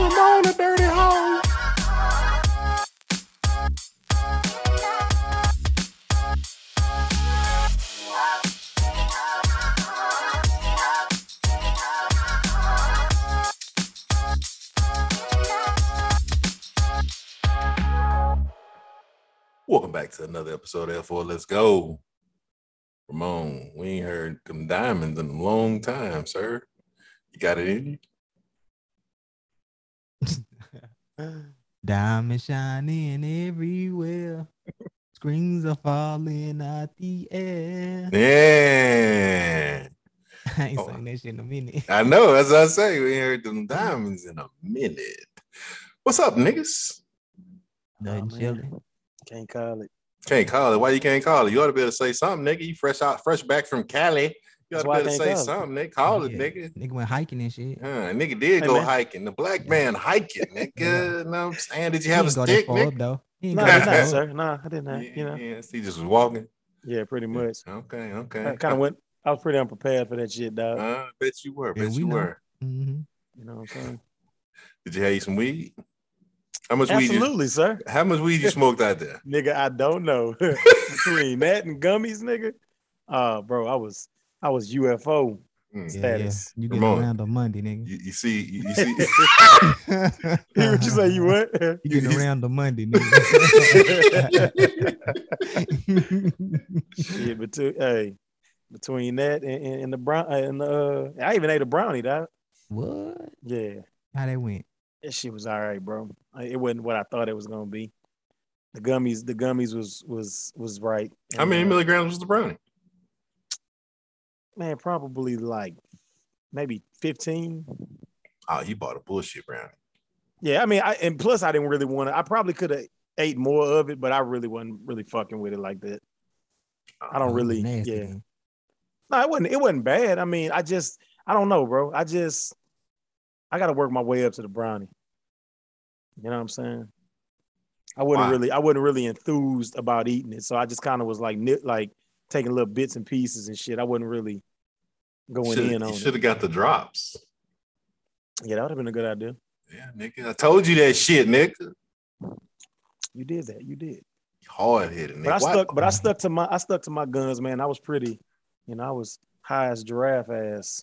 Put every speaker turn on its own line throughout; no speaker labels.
I'm on a dirty hole. Welcome back to another episode of L4 Let's Go. Ramon, we ain't heard them diamonds in a long time, sir. You got it in you?
Diamonds shining everywhere. Screens are falling out the air.
Yeah.
I ain't
Oh.
saying that shit in a minute.
I know, as I say, we ain't heard them diamonds in a minute. What's up, niggas?
Nothing
man.
chilling.
Can't call it.
Can't call it. Why you can't call it? You ought to be able to say something, nigga. You fresh out, fresh back from Cali. You ought to
That's
be
why I
able to
can't
say
call it.
something. They call it,
Yeah.
nigga.
Nigga went hiking and shit.
Huh, nigga did
Hey,
go
man.
hiking. The black
Yeah.
man hiking, nigga.
Yeah.
You know what I'm saying? Did you
He
have a
ain't go that
stick,
far up
nigga?
though. He ain't
No,
go
I
that
did
far
not,
up.
sir. No, I did not.
Yeah,
You know.
yes, he just was walking.
Yeah, pretty much.
Okay,
I
okay.
kind of went. I was pretty unprepared for that shit, dog.
Uh, bet you were.
Yeah,
Bet
we
you
know.
were.
Mhm.
You know what I'm saying?
Did you have you some weed? How much weed?
Absolutely, sir.
You, how much weed you smoked out there?
Nigga, I don't know between that and gummies, nigga. Uh, bro, I was I was UFO.
Mm.
Yeah, yeah.
Status.
You get
Ramon.
around on Monday, nigga.
You, you see, you, you see.
what you say? You what?
You
You-
getting around on Monday, nigga.
shit, between hey, between that and, and, and the brown uh, and the uh, I even ate a brownie, dog.
what?
Yeah,
How they went?
that shit was all right, bro. I- It wasn't what I thought it was gonna be. The gummies, the gummies was was was right.
How many
And, uh,
milligrams was the brownie?
man, probably like maybe 15.
Oh, you bought a bullshit brownie.
Yeah, I mean, I and plus I didn't really want to. I probably could have ate more of it, but I really wasn't really fucking with it like that. I don't
Oh,
really,
nasty
yeah.
then.
No, it wasn't. It wasn't bad. I mean, I just, I don't know, bro. I just, I got to work my way up to the brownie. You know what I'm saying? I wasn't
Wow.
really, I wasn't really enthused about eating it, so I just kind of was like, nit, like taking little bits and pieces and shit. I wasn't really going
Should've-
in on
you
it.
should have got the drops.
Yeah, that would have been a good idea.
Yeah, nigga. I told you that shit, nigga.
You did that. You did.
Hard headed, nigga.
But I
Why-
stuck. But I stuck to my. I stuck to my guns, man. I was pretty. You know, I was high as giraffe ass.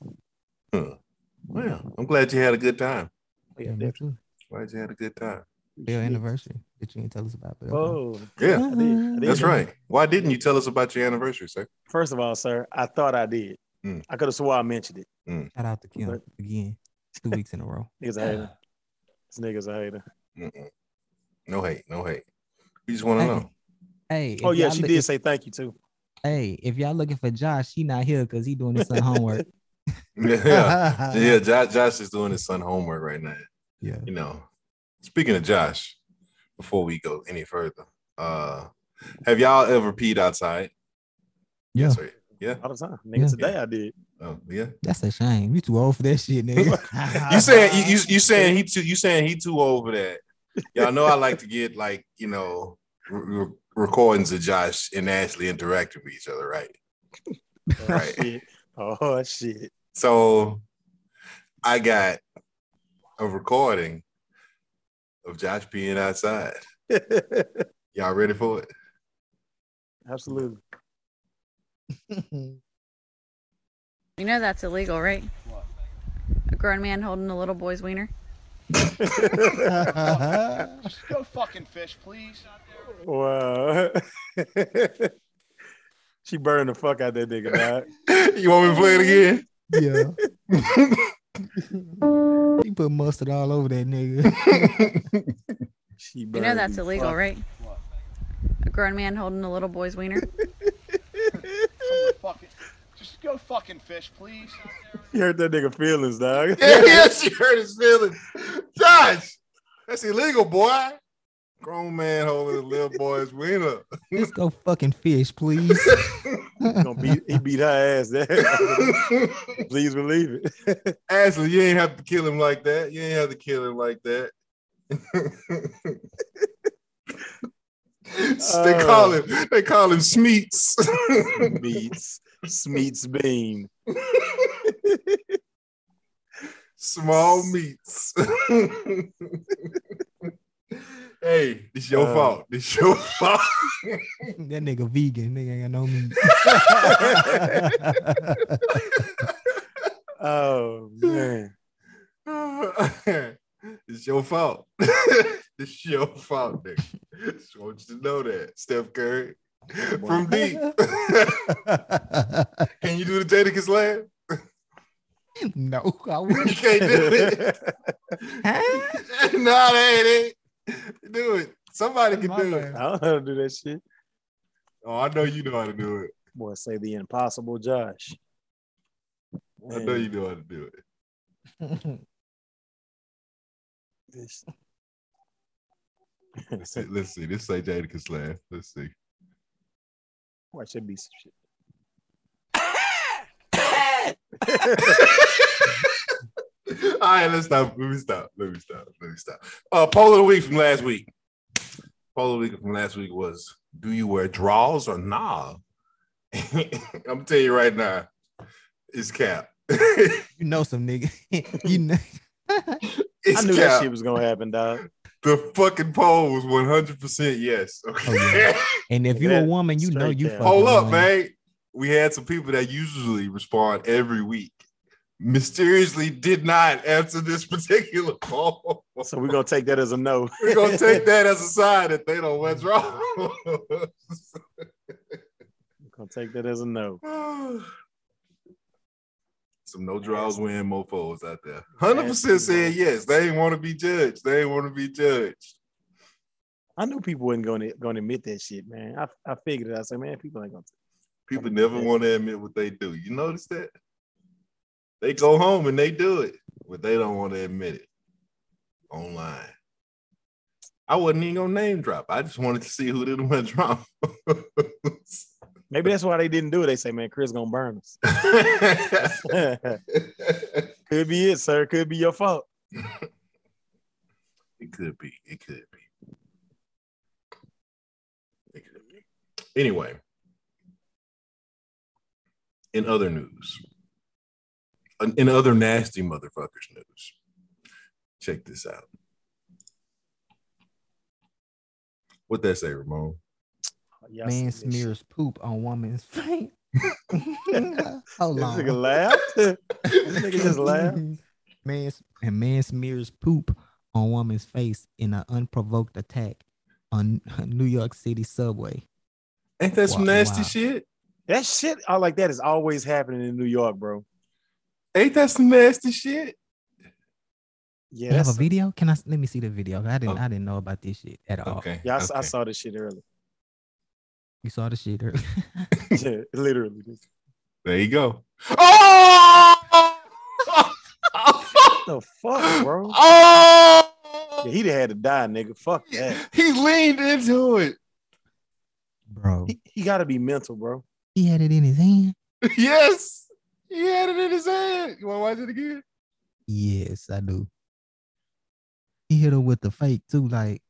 Well, I'm glad you had a good time.
Yeah,
me too.
Glad you had a good time.
Their
definitely.
anniversary that you didn't tell us about. But okay.
Oh,
Yeah,
I did. I did.
that's right. Why didn't you tell us about your anniversary, sir?
First of all, sir, I thought I did.
Mm.
I could have swore I mentioned it.
Shout out to Kim
But-
again. Two weeks in a row.
Niggas a hater. This nigga's a hater.
Mm-mm. No hate, no hate. We just want to
Hey,
know.
Hey. if
Oh yeah,
y'all
she
look-
did
if-
say thank you too.
Hey, if y'all looking for Josh, he not here because he doing his son homework.
Yeah, yeah. Josh, Josh is doing his son homework right now.
Uh, yeah.
you know, speaking of Josh, before we go any further, uh, have y'all ever peed outside?
Yeah.
Sorry. Yeah.
All the time. Nigga,
Yeah.
today I did.
Oh, yeah.
That's a shame. You too old for that shit, nigga.
You saying you, you you saying he too you saying he too old for that? Y'all know I like to get like you know re- re- recordings of Josh and Ashley interacting with each other, right?
Oh,
Right.
shit. Oh shit.
So I got a recording of Josh being outside. Y'all ready for it?
Absolutely.
You know that's illegal, right? A grown man holding a little boy's wiener.
Go fucking fish, please.
Wow. she burned the fuck out that nigga, dog.
You want me to play it again?
yeah. he put mustard all over that nigga.
She
You
burned
know that's
the
illegal,
fuck-
right? A grown man holding a little boy's wiener.
Fucking, just go fucking fish, please.
You hurt that nigga feelings, dog.
yeah, yeah, she hurt his feelings. Josh, that's illegal, boy. Grown man holding a little boy's wiener.
Let's go fucking fish, please.
Gonna beat, he beat her ass. There. Please believe it.
Ashley, you ain't have to kill him like that. You ain't have to kill him like that. they
Uh.
call him they call him Smeets.
Meets Smeets Bean.
Small meats. hey, this your
Uh.
fault. This your fault.
That nigga vegan. Nigga ain't got no meat.
Oh man.
it's your fault. it's your fault, nigga. Just want you to know that. Steph Curry from deep. Can you do the Jadakiss land?
no, I
You
wouldn't.
can't do it.
Huh?
no, that ain't it. Do it. Somebody can
My
do
bad.
it.
I don't know how to do that shit.
Oh, I know you know how to do it.
Boy, say the impossible, Josh.
I know you know how to do it. Let's see. Let's see. This say Jadakiss laugh. Let's see.
Watch that be some shit.
All right, let's stop. Let me stop. Let me stop. Let me stop. Uh, poll of the week from last week. Poll of the week from last week was: Do you wear draws or nah? I'm gonna tell you right now, it's cap. it's
you know some nigga. you know.
I
cap.
knew that shit was gonna happen, dog.
The fucking poll was 100 percent yes.
Oh,
Okay.
And if
Look
you
at
a
that.
woman, you know
Straight
you.
down.
fucking
Hold up,
lying.
man. We had some people that usually respond every week. Mysteriously, did not answer this particular poll.
So we're gonna take that as a no.
We're gonna take that as a sign that they don't win draw.
We're gonna take that as a no.
Some no draws win mofos out there. Hundred percent said yes. They ain't want to be judged. They ain't want to be judged.
I knew people wasn't gonna gonna admit that shit, man. I, I figured it. I said, man, people ain't gonna.
People never want to admit what they do. You notice that? They go home and they do it, but they don't want to admit it online. I wasn't even gonna name drop. I just wanted to see who didn't win draw.
Maybe that's why they didn't do it. They say, man, Chris gonna burn us. Could be it, sir. Could be your fault.
It could be. It could be. It could be. Anyway, in other news, in- in other nasty motherfuckers news, check this out. What that say, Ramon?
Y'all seen
Man
this shit.
smears poop on woman's face. Hold
This nigga
on.
laughed. this nigga just laughed.
Man, s- and man smears poop on woman's face in an unprovoked attack on New York City subway.
Ain't that some
Wow,
nasty
wow.
shit?
That shit all like that is always happening in New York, bro.
Ain't that some nasty shit?
Yeah,
You have a
that's,
video? Can I s- let me see the video? I didn't.
Oh.
I didn't know about this shit at all.
Okay.
Oh, yeah I, s- I
okay.
saw this shit earlier.
You saw the shit earlier.
yeah, literally.
There you go. Oh!
What the fuck, bro?
Oh!
Yeah, he'd have had to die, nigga. Fuck that.
He leaned into it.
bro.
He, he got to be mental, bro.
He had it in his hand.
Yes. He had it in his hand. You want to watch it again?
Yes, I do. He hit her with the fake too. Like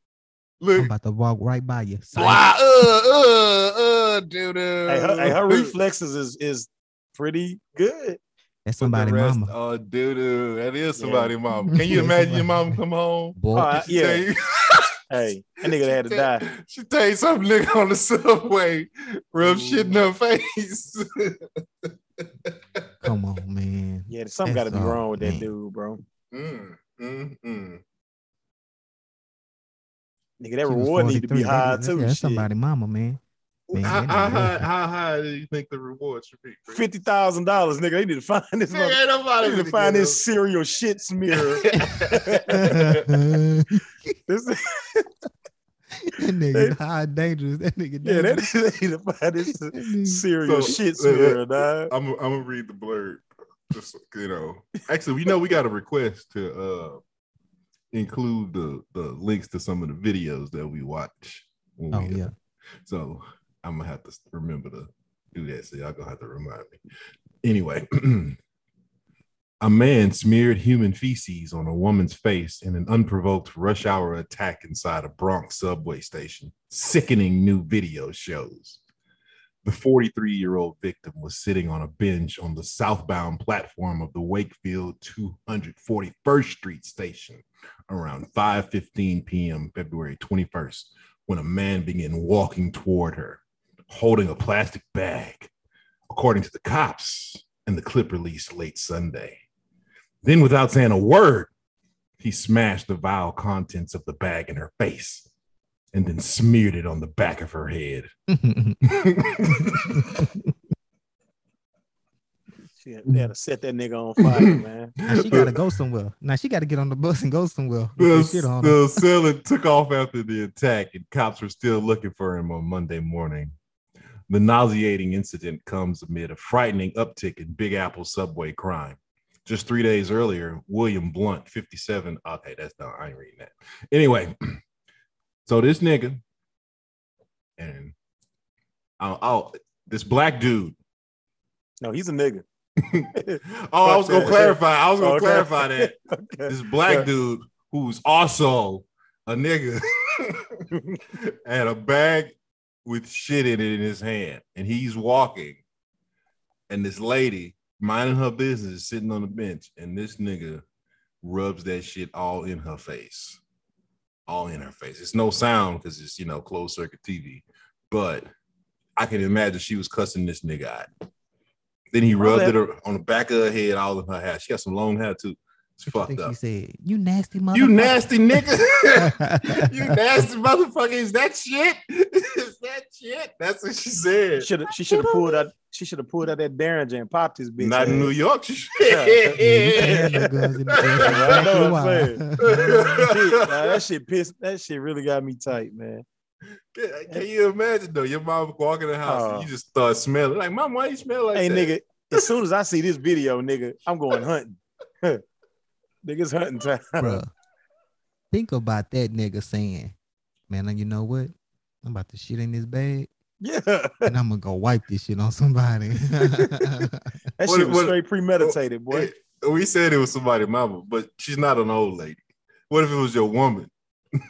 I'm
Look.
about to walk right by you. Psych.
Wow. Uh, uh, uh, dude.
Hey, her,
Uh,
hey, her reflexes is is pretty good.
That's somebody, mama.
Oh, dude. That is
Yeah.
somebody, mama. Can you
That's
imagine your
somebody.
mom come home?
Boy,
All right.
She tell
Yeah.
you-
Hey, that nigga had to die.
She tell you some nigga on the subway, rub shit in her face.
come on, man.
Yeah, something got to be
That's all,
wrong with that
man.
dude, bro.
Mm, mm, mm.
Nigga, that
She was
reward need to be
43. That-
high
that's-
too.
That's
shit.
somebody, mama, man. Man,
how,
that
how
nigga
high,
lucky.
how high do you think the reward should be? Chris?
Fifty thousand dollars, nigga. They need to find this.
Nigga,
Mother-
ain't nobody
they need to
finna
find
get
this serial shit smear.
up.
this,
that nigga high dangerous. That nigga
yeah, they,
dangerous.
they need to find this
That nigga-
serial
So,
shit
uh,
smear, dog.
I'm I'm gonna read the blurb. Just, you know, actually, we know we got a request to uh include the the links to some of the videos that we watch. When
Oh
we,
yeah.
So I'm gonna have to remember to do that. So y'all gonna have to remind me. Anyway, A man smeared human feces on a woman's face in an unprovoked rush hour attack inside a Bronx subway station. Sickening new video shows. The 43 year old victim was sitting on a bench on the southbound platform of the Wakefield 241st Street station around 5:15 p.m. February 21st when a man began walking toward her holding a plastic bag according to the cops in the clip released late Sunday. Then, without saying a word, he smashed the vile contents of the bag in her face and then smeared it on the back of her head.
Shit, they had to set that nigga on fire, man.
now she gotta go somewhere. Now she gotta get on the bus and go somewhere. with
The,
this shit on her.
the assailant took off after the attack, and cops were still looking for him on Monday morning. The nauseating incident comes amid a frightening uptick in Big Apple subway crime. Just three days earlier, William Blunt, 57. Okay, that's not, I ain't reading that. Anyway, so this nigga, and I'll, I'll this black dude
No, he's a nigga.
oh, I was gonna
that.
clarify. I was gonna
Okay.
clarify that
Okay.
this black
Yeah.
dude who's also a nigga had a bag with shit in it in his hand, and he's walking, and this lady minding her business is sitting on the bench, and this nigga rubs that shit all in her face, all in her face. It's no sound because it's you know closed circuit TV, but I can imagine she was cussing this nigga out. Then he rubbed
bet.
it on the back of her head, all in her hair. She got some long hair too. It's
I
fucked
think
up.
she said, "You nasty mother."
You nasty nigga. you nasty motherfucker. Is that shit? Is that shit? That's what she said.
Should she should have pulled out? She should have pulled out that Derringer and popped his bitch.
Not in New
ass.
York. She
Yeah,
said.
you can't have no guns in the
I know what I'm
That's exactly why.
Nah, that shit pissed. That shit really got me tight, man.
Can, can you imagine though? Your mom walk in the house
Oh.
and you just start smelling like, Mom, why you smell like
Hey,
that?
nigga. As soon as I see this video, nigga, I'm going hunting. Niggas hunting time.
Bruh, Think about that nigga saying, "Man, and you know what? I'm about to shit in this bag,
Yeah, that
and I'm gonna go wipe this shit on somebody."
What-
shit was
what-
straight premeditated, boy.
Hey, we said it was somebody, mama, but she's not an old lady. What if it was your woman?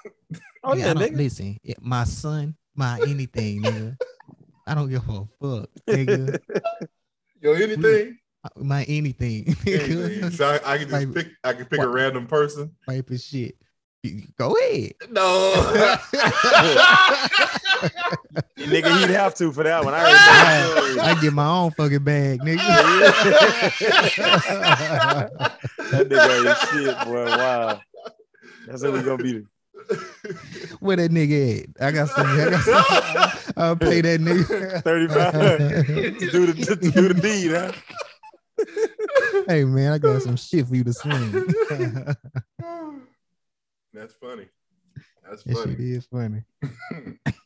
Oh yeah,
I don't-
nigga.
listen, it- my son, my anything, nigga. I don't give a fuck, nigga.
Your anything?
My anything,
anything. So I, I can just
Like,
pick I can pick a
what?
random person.
wipe his shit. You- Go ahead.
No.
nigga, he'd have to for that one. I already know.
I get my own fucking bag, nigga.
that nigga ain't shit, boy. Wow. That's what we gonna be.
Where that nigga at? I got some. I got some I'll pay that nigga.
35 to do the to, do the deed, huh?
hey man, I got some shit for you to swing. that
That's funny. That's
shit
funny.
is funny.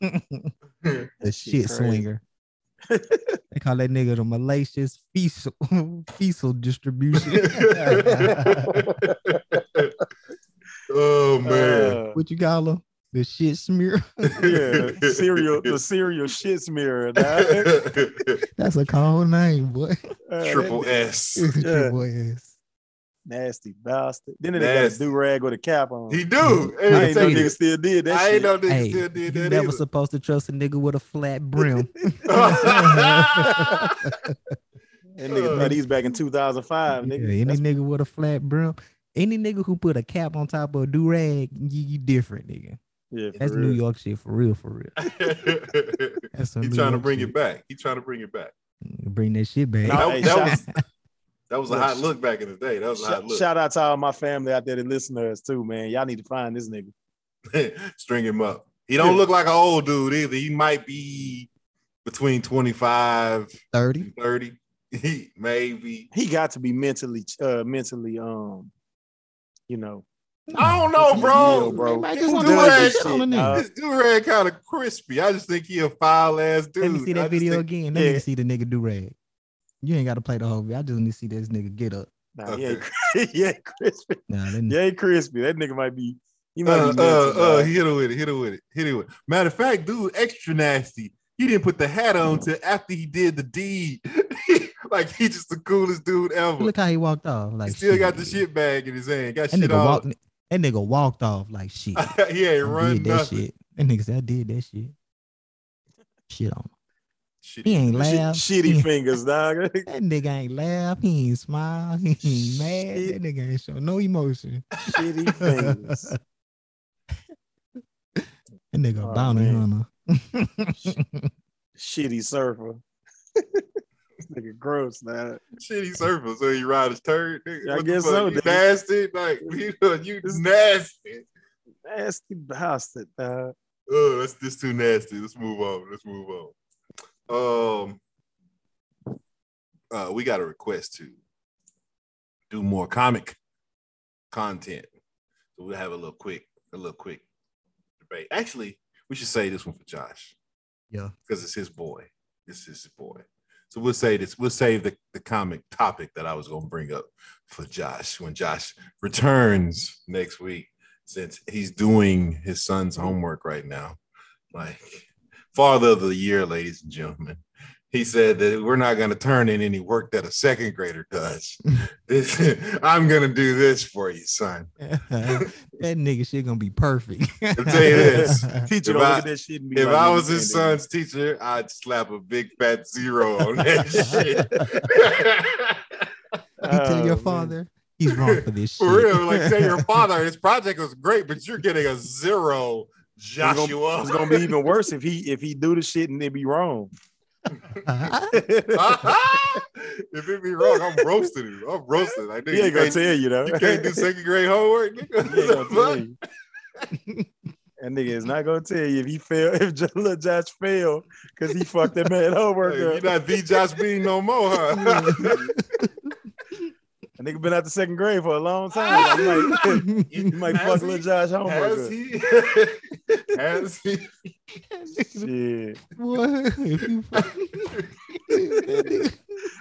the shit
That shit crazy.
swinger. they call that nigga the malicious fecal fecal distribution.
Uh,
oh man.
Uh,
what you call him? The shit smear.
yeah, the serial the serial shit smearer. dawg.
That's a cold name, boy.
Uh,
Triple S.
Your boy is.
nasty bastard. Then they got a
Nasty.
do rag with a cap on.
He do.
I
I ain't know
tell you.
nigga still did that
I
shit.
ain't know nigga
Hey,
still
you
did that.
never
either.
supposed to trust a nigga with a flat brim.
that
That nigga thought he's back in 2005,
Yeah,
nigga.
any
That's-
nigga with a flat brim, any nigga who put a cap on top of a do rag, you, you different, nigga.
yeah, for
That's
real.
New York shit for real, for real. That's some
he
New
trying to
York
bring
shit.
it back. He trying to bring it back.
Bring that shit back.
Nah,
That,
hey,
that
shout-
was that was a
Look,
hot look back in the day. That was a hot
Shout,
look.
shout out to all my family out there that listen to us too, man. Y'all need to find this nigga.
string him up. He don't
Yeah.
look like an old dude either. He might be between 25
Thirty.
and 30. He maybe.
He got to be mentally, uh, mentally, um, you know,
I don't know,
Yeah,
bro.
bro.
They might
This
just wanna
do
throw
that
shit on a
shit,
nigga.
dog.
This dude red kind of crispy. I just think he a foul ass dude.
Let me see
I
that
just
video
think-
again. Let
Yeah.
me see the nigga do rag. You ain't got to play the whole video. I just need to see this nigga get up.
nah, he, ain't, he ain't crispy.
Nah, that
He ain't crispy. That nigga might be, he might
Uh,
be
uh,
mental,
uh,
dog.
he hit it with it. Hit it with it. Hit it with it. Matter of fact, dude, extra nasty. He didn't put the hat on till after he did the deed. Like he just the coolest dude ever.
Look how he walked off. Like
he still got the
shit.
shit bag in his hand. Got
That
shit
nigga
all.
walked. That nigga walked off like shit. I
he ain't run
did that
nothing.
shit. That nigga said I did that shit. Shit on. him.
Shit.
He ain't
Shit-
laugh.
shitty fingers, dog.
That nigga ain't laugh. He ain't smile. He ain't mad. That
Shit.
nigga ain't show no emotion.
shitty fingers.
That nigga
Oh,
bounty
man.
hunter.
shitty surfer. This nigga gross, dog.
Shitty surfer, so he ride his turd. Nigga.
Yeah, I
What the
guess
fuck?
so,
You
dude.
nasty, like you, you nasty.
Nasty bastard, dog.
Oh, that's this too nasty. Let's move on. Let's move on. Um, uh, we got a request to do more comic content, so we'll have a little quick, a little quick debate. Actually, we should say this one for Josh.
Yeah.
because it's his boy. It's his boy. So we'll say this. We'll save the, the comic topic that I was going to bring up for Josh when Josh returns next week, since he's doing his son's homework right now. Like father of the year, ladies and gentlemen. He said that we're not going to turn in any work that a second grader does. This, I'm going to do this for you, son.
that nigga shit gonna be perfect. i
tell you this.
Uh,
Teacher,
If
don't
I-
look at that shit and be
If
like,
I
"You
was his
can't
son's teacher, I'd slap a big fat zero on that shit.
do that."
You tell
Oh,
your
man.
father he's wrong for this shit.
For real, like say your father, his project was great, but you're getting a zero,
It's
Joshua.
gonna- It's gonna be even worse if he if he do the shit and it be wrong.
Ah,
Huh?
he
if it be wrong, I'm roasting you. I'm roasting. Like nigga, you,
ain't gonna
can't,
tell you though.
you can't do second grade homework,
He ain't gonna tell
nigga.
you. That nigga is not gonna tell you if he fail if J- little Josh failed because he fucked that man homework
Hey, you're
up.
not the Josh Bean no more, huh?
That nigga been out the second grade for a long time. He might, he might
Ah! Has
fuck
he?
little Josh homework
Has
up.
he? Has he?
Shit.
What? If you fuck-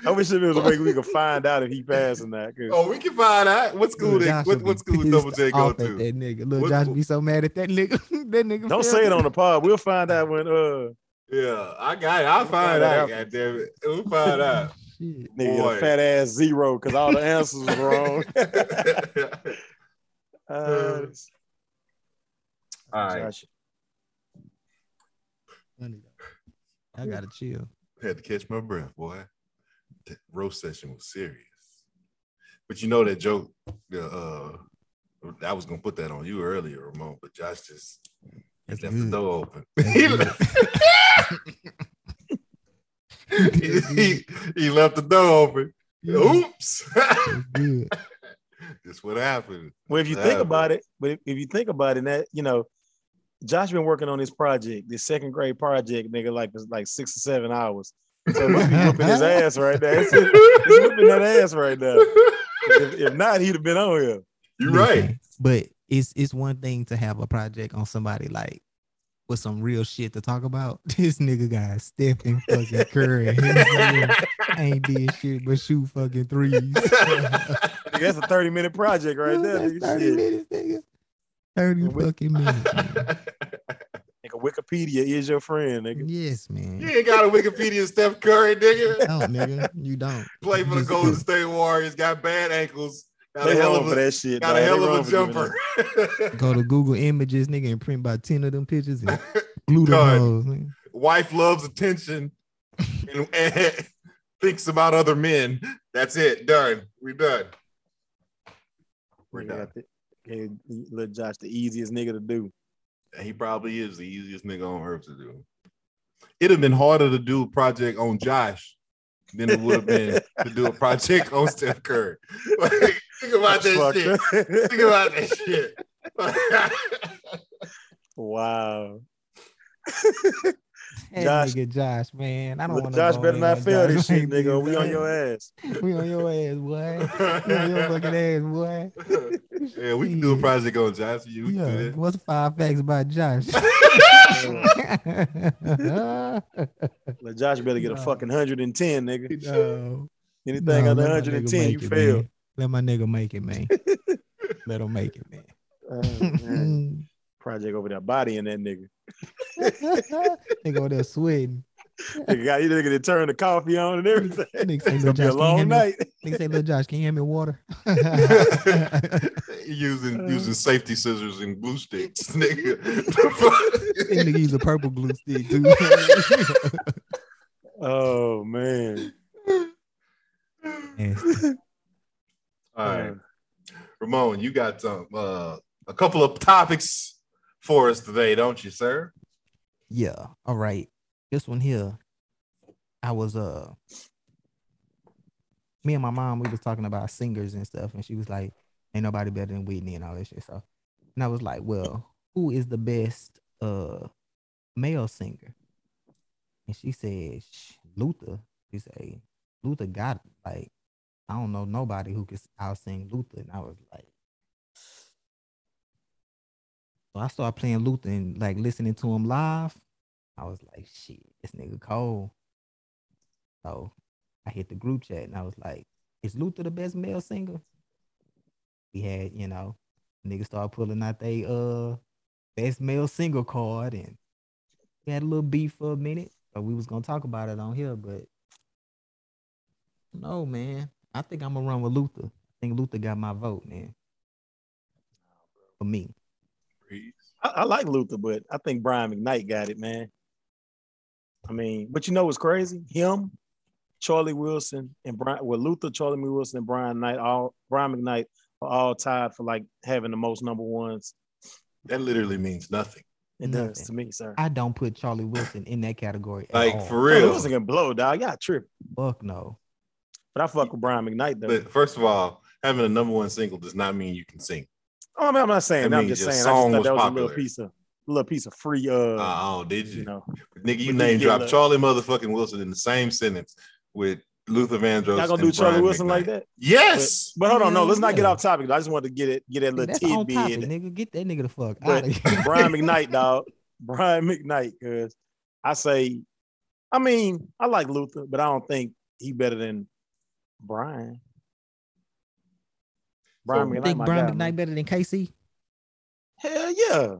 I wish there was a way we could find out if he passed or not. 'cause-
Oh, we can find out what school
Lil
they,
Josh
what,
would
what
be
school Double
pissed
J go
off
to.
At that nigga. Look,
What
Josh
school-
be so mad at that nigga. that nigga.
Don't
failed
say it on the pod. We'll find out when uh
Yeah, I got it. I'll
We'll
find out.
find out.
God damn it. We'll find out.
Shit.
nigga get
Boy.
a fat ass zero because all the answers were wrong. uh,
All right.
Josh,
Funny though. I gotta chill.
Had to catch my breath, boy. That roast session was serious. But you know that joke, the uh I was gonna put that on you earlier, Ramon, but Josh just
That's
left the
good.
door open.
That's
He
good.
left- he, he, he left the door open.
Yeah,
Oops.
that's good.
That's what happened.
Well, if you
Yeah,
think about it, but if, if you think about it, that you know, Josh been working on this project, this second grade project, nigga, like it's like six or seven hours. So it must be whooping his ass right now. It's, it's whooping that ass right now. If, if not, he'd have been on here.
You're
Listen,
right.
But it's it's one thing to have a project on somebody like with some real shit to talk about. This nigga got Stephen fucking Curry. His nigga ain't did shit but shoot fucking threes.
Nigga, that's a thirty minute project right there.
That's
Nigga,
30
shit.
minutes, nigga. 30
And we-
fucking minutes. man.
Nigga, Wikipedia is your friend, nigga.
yes,
you
man.
ain't got a Wikipedia Steph Curry, nigga.
No, nigga. You don't.
Play for the
Just-
Golden State Warriors, got bad ankles, got
They
a hell
wrong
of
for
a,
that shit.
got
dog.
a
They
hell
wrong
of
for
a
doing that.
jumper.
Go to Google Images, nigga, and print about 10 of them pictures and glue them
Done.
hoes, nigga.
Wife loves attention and, and thinks about other men. That's it. Done. We done. We're
Nigga
done.
got the- gave Lil Josh the easiest nigga to do.
And he probably is the easiest nigga on earth to do. It'd have been harder to do a project on Josh than it would have been to do a project on Steph Curry. Like, think about
That's
that
fucked
shit.
up.
Think about that shit.
wow.
That
Josh-
nigga Josh, man. I don't
Lil
want
Josh better not fail this shit,
like
nigga. or We on
man.
your ass.
We on your ass, boy. We on your fucking ass, boy.
yeah, we can do a project on Josh. You we can
Yeah.
do
What's five facts about Josh?
that.
Lil Josh better get a
Nah.
fucking 110, nigga.
no.
Anything
No,
under
let my
110,
nigga
you
make it,
fail.
man. Let my nigga make it, man. Let him make it,
Oh, man.
man.
Project over there, body in that nigga.
nigga over Mm. there sweating.
Nigga got you nigga to turn the coffee on and everything.
Nigga say,
It's
"Lil'
gonna
Josh, can you hand me-
be a long night.
Nigga say, little Josh, can you hand me water?
using
Uh,
using safety scissors and glue sticks,
That
nigga.
nigga use a purple glue stick too.
Oh man.
Nasty.
All right, Ramon, you got um, uh, a couple of topics for us today, don't you, sir?
Yeah. All right. This one here, I was uh me and my mom, we was talking about singers and stuff, and she was like, Ain't nobody better than Whitney and all that shit. So and I was like, Well, who is the best uh male singer? And she said, "Sh- Luther. She said, Luther got it. like I don't know nobody who could out sing Luther. And I was like, so I started playing Luther and like listening to him live. I was like, shit, this nigga cold. So I hit the group chat and I was like, is Luther the best male singer? We had, you know, niggas started pulling out they uh best male single card and we had a little beef for a minute. So we was gonna talk about it on here, but no man. I think I'm gonna run with Luther. I think Luther got my vote, man. For me.
I, I like Luther, but I think Brian McKnight got it, man. I mean, but you know what's crazy? Him, Charlie Wilson, and Brian well, Luther, Charlie Wilson, and Brian Knight, all Brian McKnight are all tied for like having the most number ones.
That literally means nothing.
It
Nothing.
does to me, sir.
I don't put Charlie Wilson in that category. At
Like
all.
for
Charlie
real.
Wilson can blow, dog. Y'all tripping.
fuck no.
But I fuck with Brian McKnight though.
But first of all, having a number one single does not mean you can sing.
oh, I mean, I'm not
That
saying. I'm
means
just
your
saying. I just
song
thought
was
that was a
popular.
little piece of, little piece of free. Uh,
Oh, did you?
you know,
Nigga, you
But
name
you
drop
get
Charlie motherfucking Wilson in the same sentence with Luther Vandross.
y'all gonna do
and
Charlie
Brian
Wilson like
McKnight.
that?
Yes.
But hold on, no, let's not get
Yeah.
off topic. I just wanted to get it, get that little
That's on
tidbit.
topic, nigga. Get that nigga the fuck
But
out of here.
Brian McKnight, dog. Brian McKnight, cuz I say, I mean, I like Luther, but I don't think he better than Brian. Brian
So,
McKnight,
think
my
Brian
guy,
McKnight
man.
better than KC?
Hell yeah,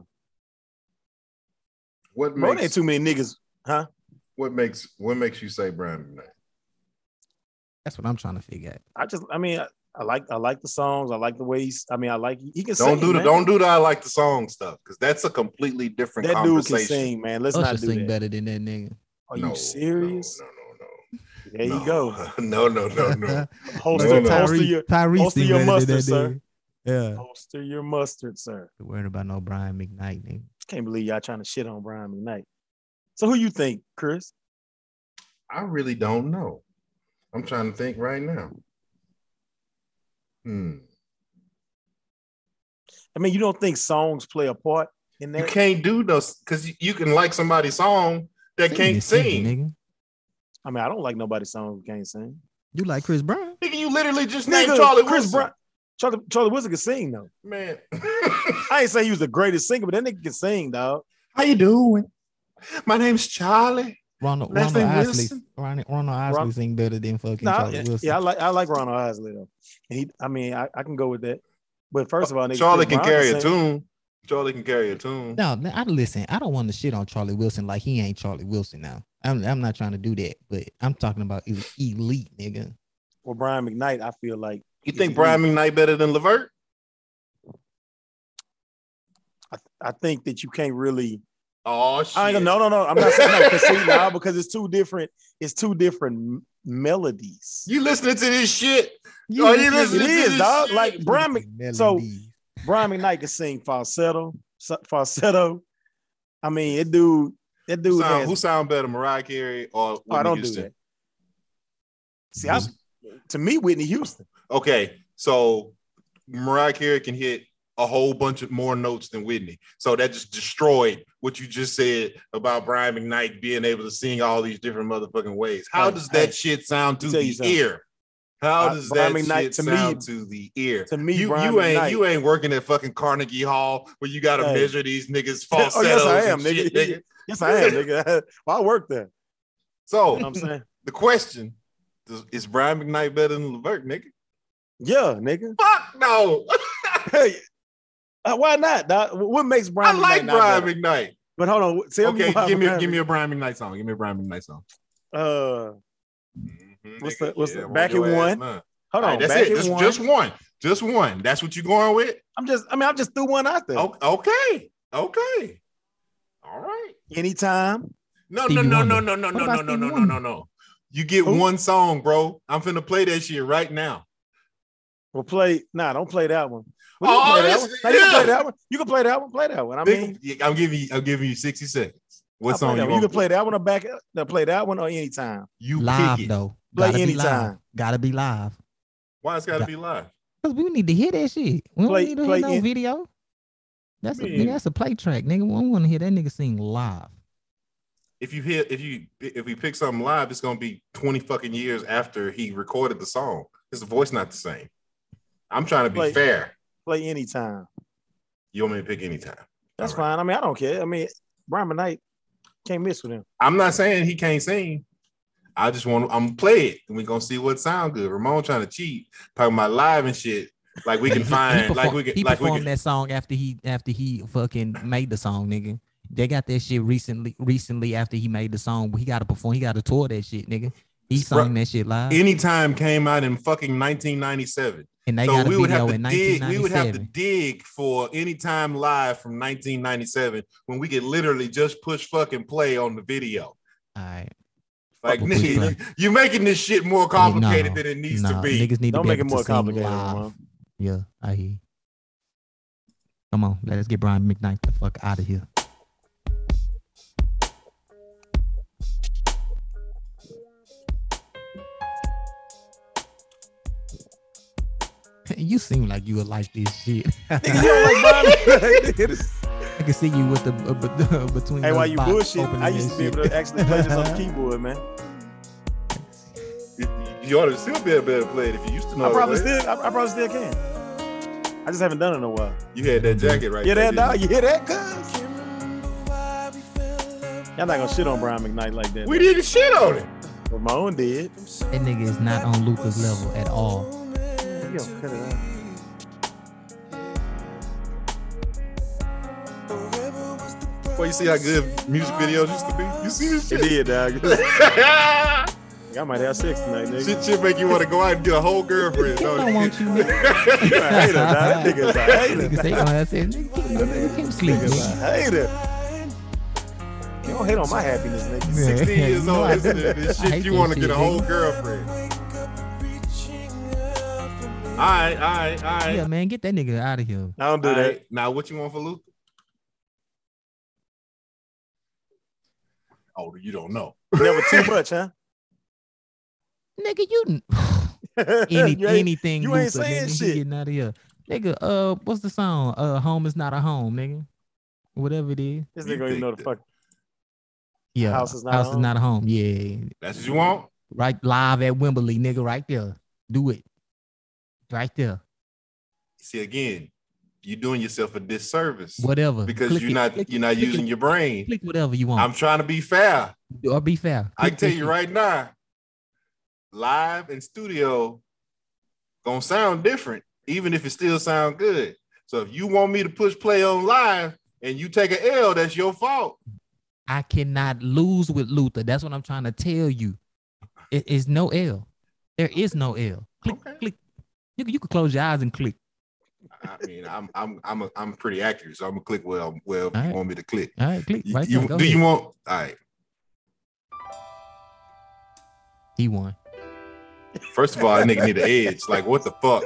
What
bro. There ain't
makes
too many niggas.
what makes what makes you say Brian McKnight?
That's what I'm trying to figure out.
I just, I mean, I, I like, I like the songs. I like the way he's. I mean, I like he can
Don't
sing.
do the
man.
don't do the I like the song stuff because that's a completely different
That dude can
conversation.
sing, man. Let's
Usher
not do
sing
that.
better than that nigga.
Are
No,
you serious?
No, no, no, no.
There
no.
you go.
no, no, no, no.
Holster,
No, no.
holster
Tyrese,
your,
Tyrese
most of
sing
your
better than that
mustard, sir.
nigga. Yeah.
holster your mustard, sir.
Ain't Worried about no Brian McKnight, nigga.
Can't believe y'all trying to shit on Brian McKnight. So who you think, Chris?
I really don't know. I'm trying to think right now. Hmm.
I mean, you don't think songs play a part in
You
that?
can't do those because you, you can like somebody's song that can't
is singing,
sing.
nigga.
I mean, I don't like nobody's song who can't sing.
You like Chris Brown?
Nigga, you literally just named
Nigga,
Charlie
Chris
Wilson.
Brown. Charlie, Charlie Wilson can sing though.
Man.
I ain't saying he was the greatest singer, but that nigga can sing, dog.
How you doing? My name's Charlie.
Ronald,
Last
Ronald
name
Isley.
Wilson?
Ronald, Ronald Isley
Ron-
sing better than fucking
No,
Charlie
I-
Wilson.
yeah, I like I like Ronald Isley though. And he, I mean, I, I can go with that. But first of all, nigga,
Charlie can
Chris Brown
carry a
sing.
tune. Charlie can carry a tune.
No, man, I listen. I don't want to shit on Charlie Wilson like he ain't Charlie Wilson now. I'm I'm not trying to do that, but I'm talking about el- elite nigga.
Well, Brian McKnight, I feel like
You think Brian McKnight better than Levert?
I, I think that you can't really
Oh shit.
I ain't, no, no, no. I'm not saying no, 'cause see, nah, because it's two different. It's two different m- melodies.
You listening to this shit?
You
Are Oh, you
It
listening to
is,
this
dog.
shit?
Like Brian, Mc-
Melody.
so- Brian McKnight can sing falsetto, s- falsetto. I mean, that dude, that
Who
dude.
sound,
has-
who sound better, Mariah Carey or
oh, I
uh, Whitney
don't do
Houston?
that. See, I, to me, Whitney Houston.
Okay, so Mariah Carey can hit a whole bunch of more notes than Whitney. So that just destroyed what you just said about Brian McKnight being able to sing all these different motherfucking ways. How
Hey,
does that
hey,
shit sound to
tell you
the
something.
ear? How
Uh,
does
Brian
that
McKnight,
shit
to me-
sound to the ear?
to me,
you,
Brian
you ain't
McKnight-
you ain't working at fucking Carnegie Hall where you got to
Hey.
measure these niggas
Oh, yes,
falsettos.
I am,
and shit,
nigga.
nigga.
Yes, I am, nigga. well, I work there. You know what
So
I'm saying?
the question does, is Brian McKnight better than Levert, nigga?
Yeah, nigga.
Fuck no.
Hey, uh, why not? Dog? What makes
I
Brian?
like
McKnight not
Brian
better?
McKnight.
But hold on, tell
Okay,
me. why
give me
I'm
give me
having-
a Brian McKnight song. Give me a Brian McKnight song.
Uh,
Mhm,
What's the-
nigga,
what's the-
want
back
your
in
ass
one?
none.
hold on,
All right, that's
back
it.
in
Just,
one.
just one. Just one. That's what you going with?
I'm just. I mean, I just threw one out there.
O- Okay. Okay. All right.
Anytime.
No, no,
Stevie
no, no, no,
Wonder.
no, no,
What
no,
about
no,
Stevie
no, no,
Wonder?
no, no. You get
Who?
one song, bro. I'm finna play that shit right now.
Well, play. Nah, don't play that one. Well,
Oh,
you can play
it's-
that one. Nah, you can
yeah.
play that one. You can play that one. Play that one. I mean,
Nigga, I'm giving you, I'm giving you 60 seconds. What
I'll play
song you
that one. you
want?
can play that one or back. No, play that one or anytime.
You
Live
pick it.
though.
Play
Gotta be live.
anytime.
Gotta be live.
Why it's gotta be live?
Cause we need to hear that shit. We don't
Play-
need to hear
play
no
in-
video. That's a
Man.
nigga, that's a play track, nigga. We want to hear that nigga sing live.
If you hear, if you, if we pick something live, it's gonna be 20 fucking years after he recorded the song. His voice not the same. I'm trying to be
Play-
fair.
Play anytime.
You want me to pick anytime?
That's
All right.
fine. I mean, I don't care. I mean, Brian McKnight can't miss with him.
I'm not saying he can't sing. I just want I'm gonna play it and we're gonna see what sound good. Ramon trying to cheat, talking about live and shit. Like we
He-
can
he- he
find like
perform-
we can
he
like we can
performed that song after he after he fucking made the song, nigga. They got that shit recently recently after he made the song. He gotta perform, he gotta tour that shit, nigga. He sung that shit live.
anytime came out in fucking 1997.
and they
so
got a
we would
video
have to
in
dig, we would have to
1997.
dig for anytime live from 1997 when we could literally just push fucking play on the video.
All right.
Like
Fuck with push
nigga, you, are making this shit more complicated than it needs
no,
to be.
Niggas need
Don't
to be
make it
able to
more
sing
complicated,
live.
Ramon.
Yeah, I hear. you. Come on, let us get Brian McKnight the fuck out of here. You seem like you would like this shit.
Nigga, you don't like Brian McKnight.
I can see you with the uh, bet- uh, between.
Hey,
those
while you
box
bullshit,
opening
I used
that
to be
shit.
able to actually play this on the keyboard, man.
You ought to still be able to play it if you used to know. how
I
to
probably
play it.
still, I, I probably still can. I just haven't done it in a while.
You had that
Mm-hmm.
jacket right
Yeah,
there.
that
didn't you?
dog, you hear that? Cuz y'all not gonna shit on Brian McKnight like that.
We didn't shit on it.
Ramon did.
That nigga is not on Luca's level at all.
You don't cut it out.
Boy, you see how good music videos used to be? You see this
It
shit?
did, dog.
shit,
I might have sex tonight, nigga.
shit make you want to go out and get a whole girlfriend.
People
don't it?
don't want you. Nigga.
You a hater, dog. That nigga's a hater.
Niggas, they gonna have said, nigga, keep, nigga, keep sleeping.
Nigga's a hater. You don't hit on my happiness, nigga.
Yeah.
16 years
No,
old
I
listening to this
I
shit,
hate
you
that
want to get
shit,
a whole
nigga.
girlfriend. All right, all right, all right.
Yeah, man, get that nigga out of here.
I don't do
All
that.
right. Now, what you want for Luke? Oh, you don't know.
Never too much, huh?
Nigga, you any
you ain't-
anything.
you ain't
Luther,
saying
nigga, he
shit.
Getting out of here, nigga. Uh, what's the song? Uh, home is not a home, nigga. Whatever it is.
This
You
nigga don't even know
think
the fuck.
Yeah,
House is not a
house
home.
Is not a home. Yeah,
That's what you want?
right. Live at Wembley, nigga. Right there. Do it. Right there.
See, again, you're doing yourself a disservice
Whatever.
because
Click
you're
it,
not
click it,
you're not
click it,
using your brain.
Click whatever you want.
I'm trying to be fair.
or be fair.
I
Click
can tell
that
you
shit.
right now, live and studio gonna sound different, even if it still sound good. So if you want me to push play on live and you take a L, that's your fault.
I cannot lose with Luther. That's what I'm trying to tell you. It is no L. There is no L. Click,
Okay.
click. You, can- you can close your eyes and click.
I mean, I'm I'm I'm a, I'm pretty accurate, so I'm gonna click where I'm- where
All
you
right.
want me to click.
All right, click.
You-
Right
you-
there.
do
Go
you
ahead.
want? All right.
He won.
First of all, that nigga need an edge. Like what the fuck?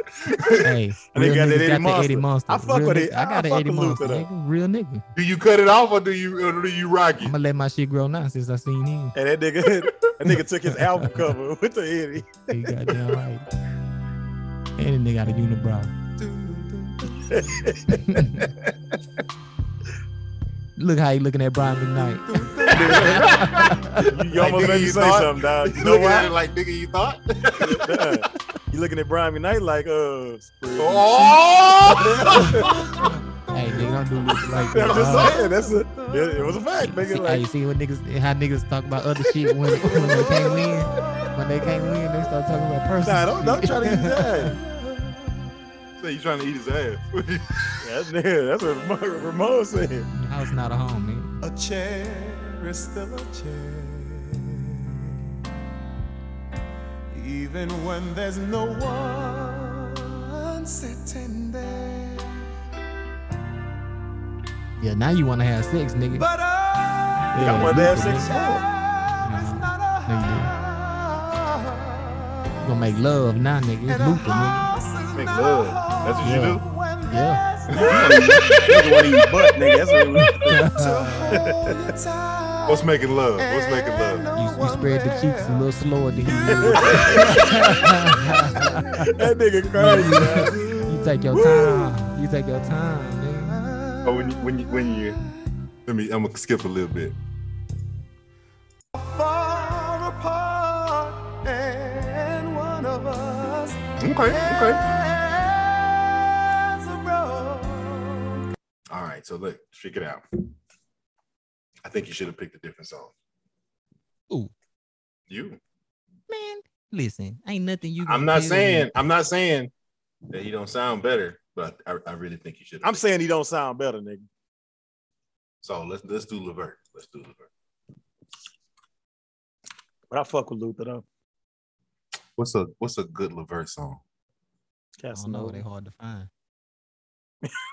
Hey,
And they
real
got that
niggas
Eddie Monster.
monster.
I fuck
Real
with
nigga-
it.
I got
I
an
fuck
Eddie
with Luther
monster.
though.
Nigga, real nigga.
Do you cut it off or do you or do you rock
I'm
it?
gonna let my shit grow now since I seen him.
And that nigga, that nigga took his album cover with the Eddie.
He goddamn right. And the nigga got a unibrow. Look how he looking at Brian McKnight.
You, you almost
nigga,
made
you
me say
thought-
something, dog. You
You
know
looking at it
why?
like nigga, you thought?
Nuh-uh. you looking at Brian McKnight like, uh, spread
oh!
Hey, nigga, don't do Luther like
your-
that. dog.
I'm just saying, that's a, it, it was a fact,
See,
nigga.
hey, you
Like,
see what niggas, how niggas talk about other shit when, when they can't win. When they can't win, they start talking about personal.
nah, don't, don't try to use that.
So you trying to eat his ass?
Yeah, That's, nigga, that's what Ramon, Ramon said.
House not a home,
A chair is still a chair. Even when there's no one sitting there.
Yeah, now you want to have sex, nigga.
But I
Yeah,
I wanted to have
you
sex more.
chair is
No,
not a
no, you didn't. gonna make love now, nigga. It's
And a
Luther, nigga.
house is
Make
not a
love. That's what you
Yeah.
do.
home when
Yeah.
there's
Nigga wanna eat butt, nigga. That's what it was.
What's making love? What's making love?
You, you spread the cheeks a little slower than you.
That nigga crazy. man.
You take your time. You take your time, nigga.
Oh, when you, when you, when you, let me, I'm gonna skip a little bit.
Far apart, and one of us
Okay, okay.
has a road.
All right, so look, check it out. I think you should have picked a different song.
Ooh.
You.
Man, listen, ain't nothing you.
I'm
can
not
do.
saying, I'm not saying that he don't sound better, but I, I really think you should.
I'm saying he don't sound better, nigga.
So let's let's do Levert. Let's do Levert.
But I fuck with Luther though.
What's a what's a good Levert song?
I don't know. They hard to find.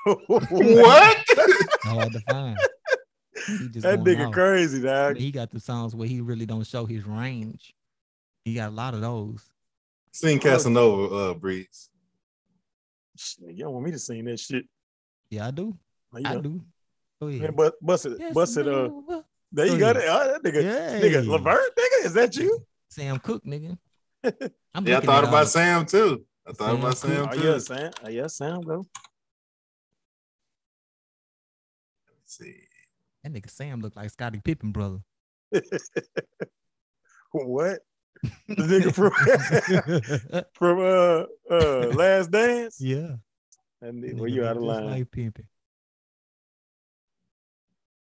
What?
They hard to find. He just
That
going
nigga
off.
crazy, dog.
He got the songs where he really don't show his range. He got a lot of those.
Sing Casanova, uh, Breeze.
Shh, nigga, You don't want me to sing that shit.
Yeah, I do.
Now, you
I
know,
do. Oh, Go
Man,
ahead.
bust, bust it,
Yes,
bust it. Uh,
Nova.
there you
Go
got it.
ahead.
Oh, that nigga,
Yay.
nigga, Levert, nigga, is that you?
Sam Cook, nigga. I'm
Yeah, I thought
looking at uh, all
about
the-
Sam too. I thought
Sam
about
Cooke.
Sam
Oh
too.
yeah, Sam. Oh, yeah, Sam. Go.
Let's see.
That nigga Sam looked like Scottie Pippen, brother.
What? The nigga from from uh uh Last Dance.
yeah.
And
that
well,
nigga
you
look
out of
just
line.
Like Pippen.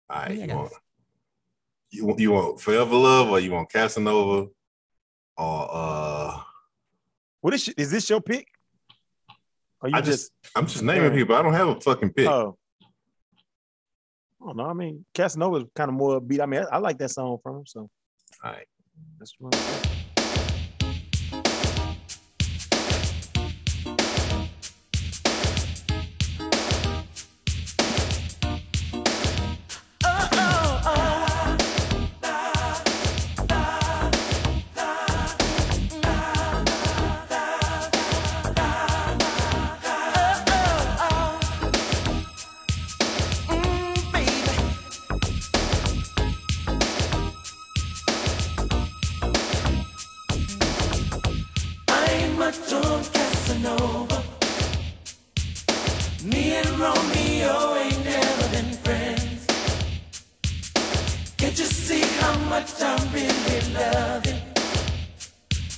All right,
Yeah, I
you
got
want, you want you want Forever Love or you want Casanova or uh
What is is this your pick? Or you
I
just,
just I'm just naming
Yeah.
people. I don't have a fucking pick.
oh. I don't know. I mean, Casanova's kind of more beat. I mean, I, I like that song from him, so
Alright.
that's what I'm-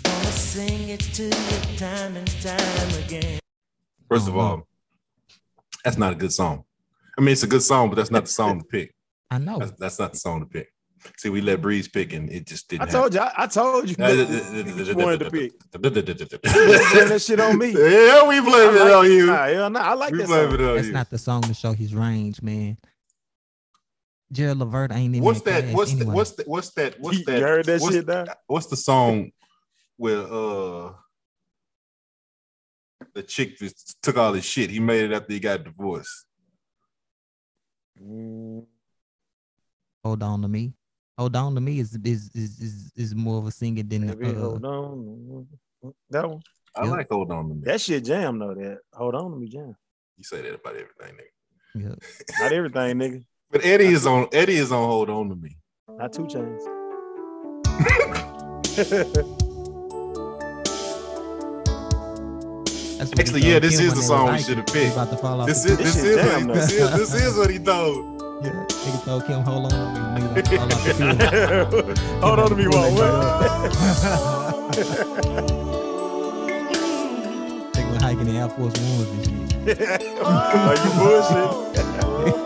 Gonna sing it to you time and time again.
First
Oh,
of
no.
all, that's not a good song. I mean it's a good song, but that's not the song to pick.
I know.
That's, that's not the song to pick. See, we let Breeze pick and it just
I
didn't
told you. I, I told you.
happen. Uh,
you wanted to pick.
blame
that shit on me.
Yeah, we
I
blame it
like-
on you.
Nah, hell nah, I like
we
that
blame
song.
it on
That's
you.
not the song to show his range, man. Gerald Levert ain't even.
What's
in
that?
class
What's that?
anyway.
What's that? What's that? What's
You- You heard that
that? What's
shit, dog?
what's the song where uh the chick just took all his shit? He made it after he got divorced.
Mm-hmm. Hold on to me. Hold on to me is is is is, is more of a singer than
Baby,
the.
hold
Uh,
on. That one.
I
Yeah.
like hold on to me.
That shit jam though. That hold on to me jam.
You say that about everything, nigga.
yeah.
Not everything, nigga.
But Eddie is on Eddie is on hold on to me.
Not two chains.
That's what he
Actually,
told
yeah, this
Kim
is
when
the
they
song we
was
should have
hiking. He
picked.
About to fall off.
This
the
is this
cliff.
shit
is
damn
what he- this is
nice.
this is what he told.
Yeah, nigga told Kim, hold on to me. Nigga, about to fall off the cliff.
hold on to me, Walt. What?
They went hiking in Air Force Ones and shit.
Are you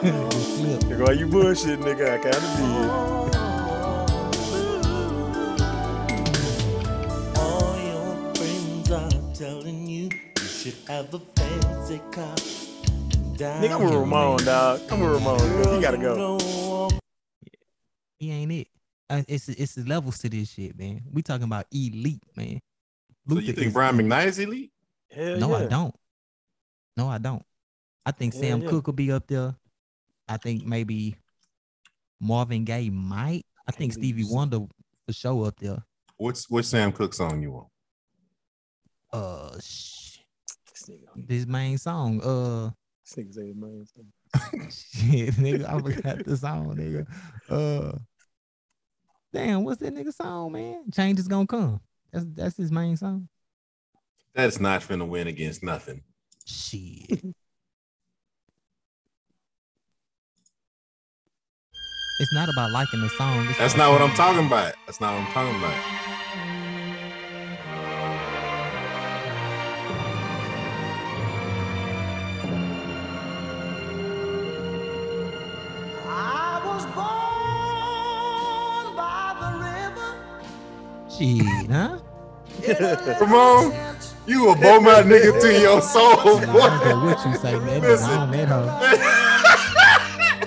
bullshit?
Just slip.
Nigga, are you bullshit, nigga? I kinda
All your friends are telling you you should have a fancy car.
did. Nigga, I'm with Ramon, dog. I'm with Ramon. He gotta go.
He ain't it. Uh, it's it's the levels to this shit, man. We talking about elite, man.
So you
Luther
think
is-
Brian McKnight is elite?
Hell
No,
yeah.
I don't. No, I don't. I think
Hell
Sam
yeah.
Cook will be up there. I think maybe Marvin Gaye might. I think
believe you
Stevie
said-
Wonder for sure up there.
What's what Sam Cooke song you want?
Uh, sh-
This nigga,
this main song. Uh,
this nigga's a man.
shit, nigga, I forgot the song, nigga. Uh, damn, what's that nigga song, man? Change is gonna come. That's that's his main song.
That's not finna win against nothing.
Shit. It's not about liking the song. it's
That's not
about
what I'm
liking-
talking about. That's not what I'm talking about.
I was born by the river.
Shit, huh?
in a little
Come on.
tent.
You a Beaumont nigga to your soul,
I don't
boy.
care what you say, man.
Listen.
I don't know.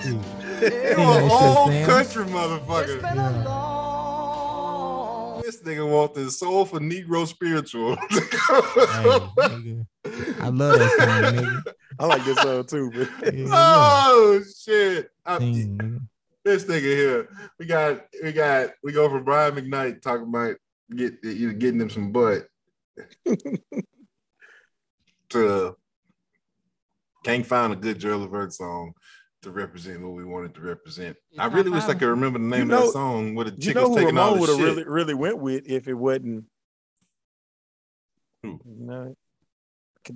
You
that
a
shit,
old
Sam.
country
It's
motherfucker.
been a long
This nigga want the soul for Negro spiritual.
Hey, nigga. I love that song, nigga.
I like this song too, but
Yeah, yeah.
oh shit! I-
Sing, nigga.
this nigga here. We got we got we go from Brian McKnight talking about get you know, getting him some butt to can't find a good Gerald Levert song to represent what we wanted to represent. I really wish I could remember the name
You
of
know-
that song where the
you
chick
know
was
who
taking all the
Ramon would have
shit.
really really went with if it wasn't.
Who?
No.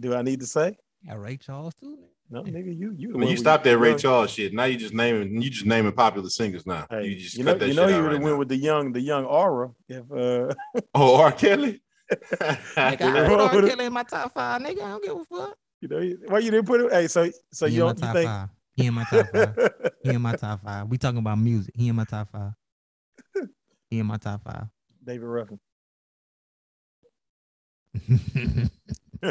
Do I need to say?
Yeah, Ray Charles too. nigga.
No, nigga, you
I
you. the
mean,
one
you
with-
stopped that Ray
young-
Charles shit. Now you just naming you just naming popular singers now.
Hey,
you just
you know,
cut that
you know,
shit
he
out
would
right
have went
now.
with the young, the young aura. If uh,
Oh, R. Kelly.
Nigga, I
Ramon
put R.
would've-
Kelly in my top five, nigga. I don't give a fuck.
you know, he- why you didn't put it? Hey, so so
he
you
in my
don't you
top
think?
five. He in my top five. He in my top five. We talking about music. He in my top five. He in my top five.
David Ruffin.
they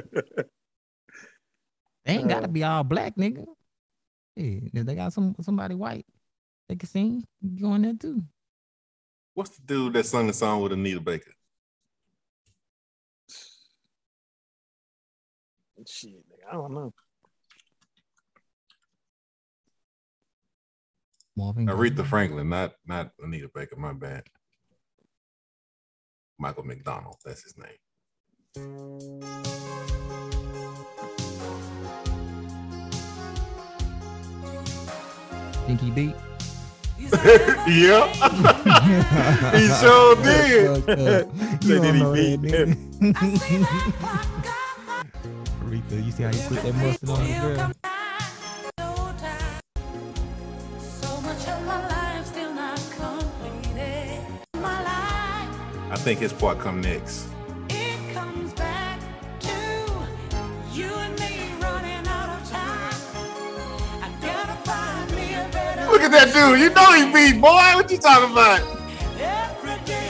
ain't gotta
Uh.
be all black, nigga. Yeah, if they got some somebody white, they can sing. Go in there too.
What's the dude that sung the song with Anita Baker?
Shit, nigga, I don't know.
Marvin. Gaye.
Aretha Franklin, not not Anita Baker. My bad. Michael McDonald, that's his name.
Think he beat?
yeah, he
he
sure did.
uh,
Say, did he beat?
Aretha, you see how he put that mustard on the girl?
I think his part come next. Look at that dude. You know he beat boy. What you talking about?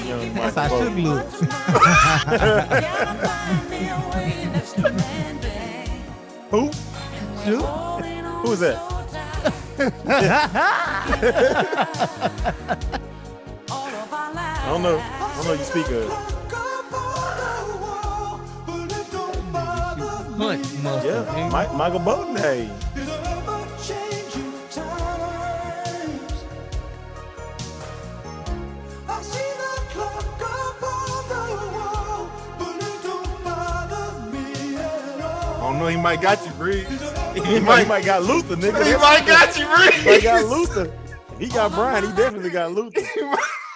Young
That's
Mike
how I should
Bowe.
look.
Who?
Shoot.
Who was that? I don't know. I don't know. You speak of.
Hunt mustard.
Yeah,
nigga.
Mike, Michael Bolton. Hey,
I don't know. He might got you, Breeze.
he
He
might,
might.
he might got Luther,
He
nigga.
might got you, Breeze.
He got Luther. If he got Brian, he definitely got Luther.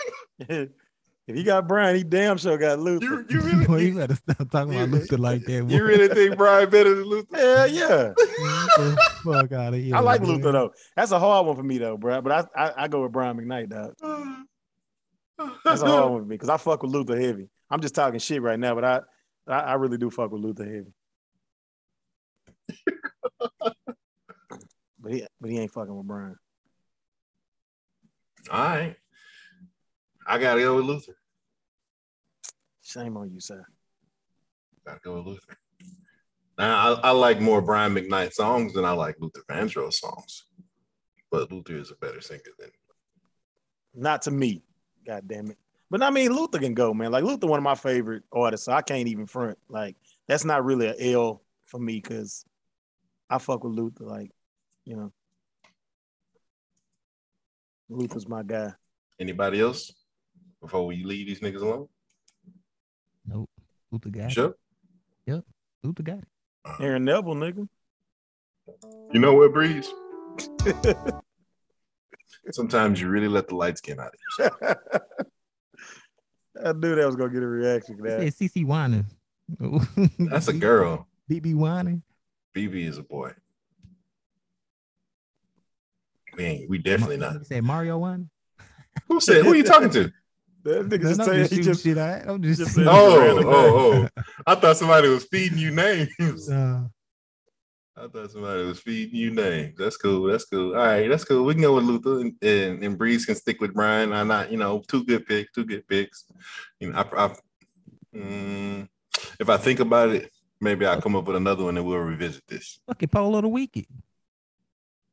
if he got Brian, he damn sure got Luther.
You, you really,
Boy, you
you,
gotta stop talking about
you-
Luther like that. boy.
really think Brian better than Luther?
Hell yeah.
Get the fuck out of here.
I like
boy.
Luther though. That's a hard one for me though, bro. But I, I, I go with Brian McKnight, dog. That's a hard one for me because I fuck with Luther heavy. I'm just talking shit right now, but I, I, I really do fuck with Luther heavy. but he, but he ain't fucking with Brian.
All right. I gotta go with Luther.
Shame on you, sir.
Gotta go with Luther. Now, I, I like more Brian McKnight songs than I like Luther Vandross songs, but Luther is a better singer than
Not to me. God damn it. But I mean, Luther can go, man. Like Luther, one of my favorite artists. So I can't even front. Like that's not really a L for me because I fuck with Luther. Like you know, Luther's my guy.
Anybody else before we leave these niggas alone?
Luther got it.
Sure.
Luther got it.
Aaron Neville, nigga.
You know what, Breeze? Sometimes you really let the lights get out of you.
I knew that was gonna get a reaction. to
He
That
said CC Winer.
That's a girl.
BB Winer.
BB is a boy. We ain't. We definitely not.
He said Mario Winer.
Who said? Who are you talking to?
that nigga
No,
just
no,
saying
just
he
shooting
just
shit. I, I'm just,
just
saying.
said-
Oh, oh, oh! I thought somebody was feeding you names.
Uh,
I thought somebody was feeding you names. That's cool. That's cool. All right, that's cool. We can go with Luther and and, and Breeze can stick with Brian. I'm not, you know, two good picks, two good picks. You know, I, I mm, if I think about it, maybe I'll come up with another one and we'll revisit this.
fucking poll of the week.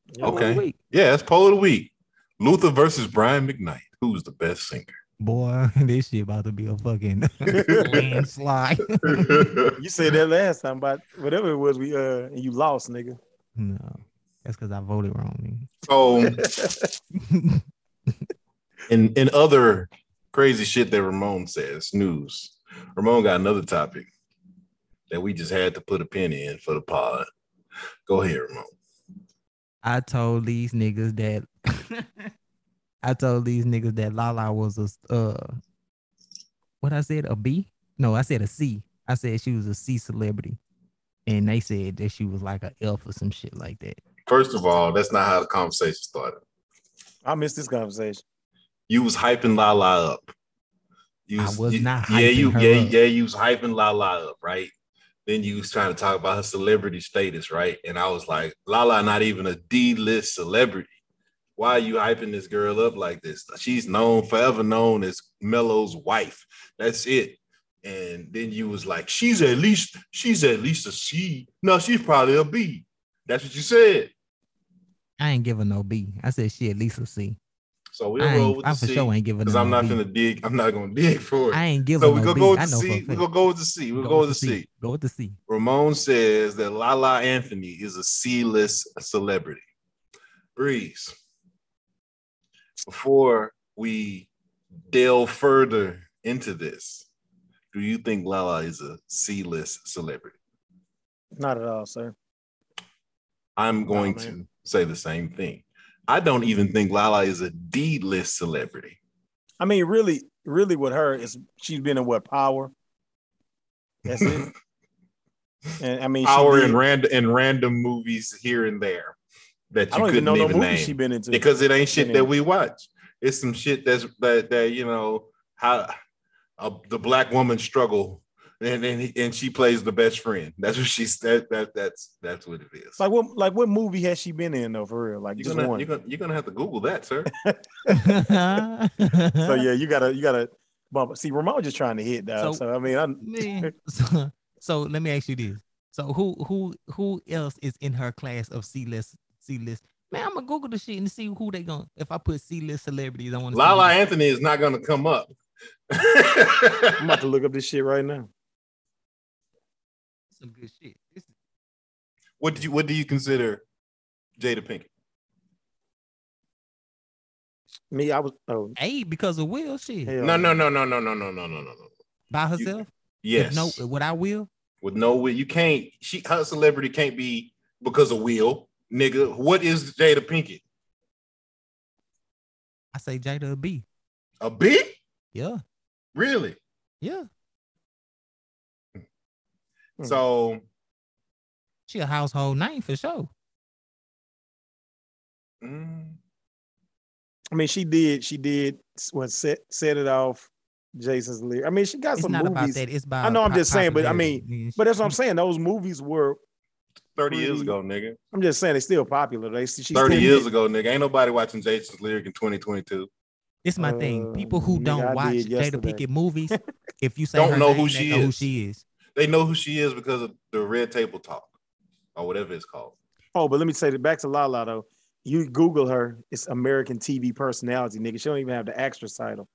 Yeah,
Poll of the
Okay.
week.
Yeah, that's poll of the week. Luther versus Brian McKnight. Who's the best singer?
Boy, this shit about to be a fucking landslide.
You said that last time about whatever it was we uh and you lost, nigga.
no, that's because I voted wrong.
so
nigga.
and and other crazy shit that Ramon says. News. Ramon got another topic that we just had to put a pin in for the pod. Go ahead, Ramon.
I told these niggas that I told these niggas that Lala was a uh what I said a B? No, I said a C. I said she was a C celebrity. And they said that she was like a F or some shit like that.
First of all, that's not how the conversation started.
I missed this conversation.
You was hyping Lala up. You
I was
you-
not
Yeah, you
hyping her
yeah
up.
yeah you was hyping Lala up, right? Then you was trying to talk about her celebrity status, right? And I was like, Lala, not even a D list celebrity. Why are you hyping this girl up like this? She's known forever known as Mello's wife. That's it. And then you was like, she's at least she's at least a C. No, she's probably a B. That's what you said.
I ain't give her no B. I said she at least a C.
So
I
we'll roll
ain't-
with
I
the
for
C.
sure ain't giving her
Because
no
I'm not
B.
gonna dig. I'm not gonna dig for it.
I ain't giving
so
her
we
no
gonna
B.
go with
I
the
know for a
C. We
fact.
gonna go with the C. We gonna go with the C.
Go with the C.
Ramon says that Lala Anthony is a C-list celebrity. Breeze. Before we delve further into this, do you think Lala is a C-list celebrity?
Not at all, sir.
I'm going
man.
to say the same thing. I don't even think Lala is a D-list celebrity.
I mean, really, really with her is she's been in what power? That's it. and I mean she
Power
did-
in random in random movies here and there that you
I don't even
couldn't
know no
even
movie
name.
she been into.
because it ain't shit
Shit
that
ain't-
we watch. It's some shit that's that that you know how uh, the black woman struggle and and, he- and she plays the best friend. That's what she's that, that that's that's what it is.
like what like what movie has she been in though for real? Like
you're
just
gonna,
one.
you're gonna you're gonna have to Google that, sir.
so yeah, you gotta you gotta bump. it. See, Ramon just trying to hit that. So,
So-
I mean, I,
Man. So, so let me ask you this. So who who who else is in her class of C list C list? Man, I'm gonna Google the shit and see who they gonna if I put C list celebrities, I wanna
Lala
see
Anthony is not gonna come up.
I'm about to look up this shit right now.
who- some good shit. This-
what do you what do you consider Jada Pinkett?
Me, I was oh
A because of Will shit
hell.
No, no, no, no, no, no, no, no, no, no, no.
by herself.
Yes.
With no what I will.
with no will. You can't. She her celebrity can't be because of will, nigga. What is Jada Pinkett?
I say Jada a B.
A B?
Yeah,
Really?
yeah.
Hmm.
So
She a household name for sure.
mm,
I mean, she did. She did what set set it off. Jason's lyric. I mean, she got
It's
some
not about
movies,
that. It's about
know I'm
pop-
just saying, but I
popularity.
but that's what I'm saying. Those movies were.
thirty years
Really?
ago, nigga.
I'm just saying they still popular. They she still
Thirty
did-
years ago, nigga. Ain't nobody watching Jason's lyric in twenty twenty two.
This my thing.
Uh,
People who
nigga,
don't
I
watch
did
Jada
yesterday.
Pinkett movies, if you say
Don't
her
know
name,
who
they
she
know who
is.
she is.
They know who she is because of the red table talk or whatever it's called.
Oh, but let me say that back to Lala though. You Google her. It's American TV personality, nigga. She don't even have the actress title.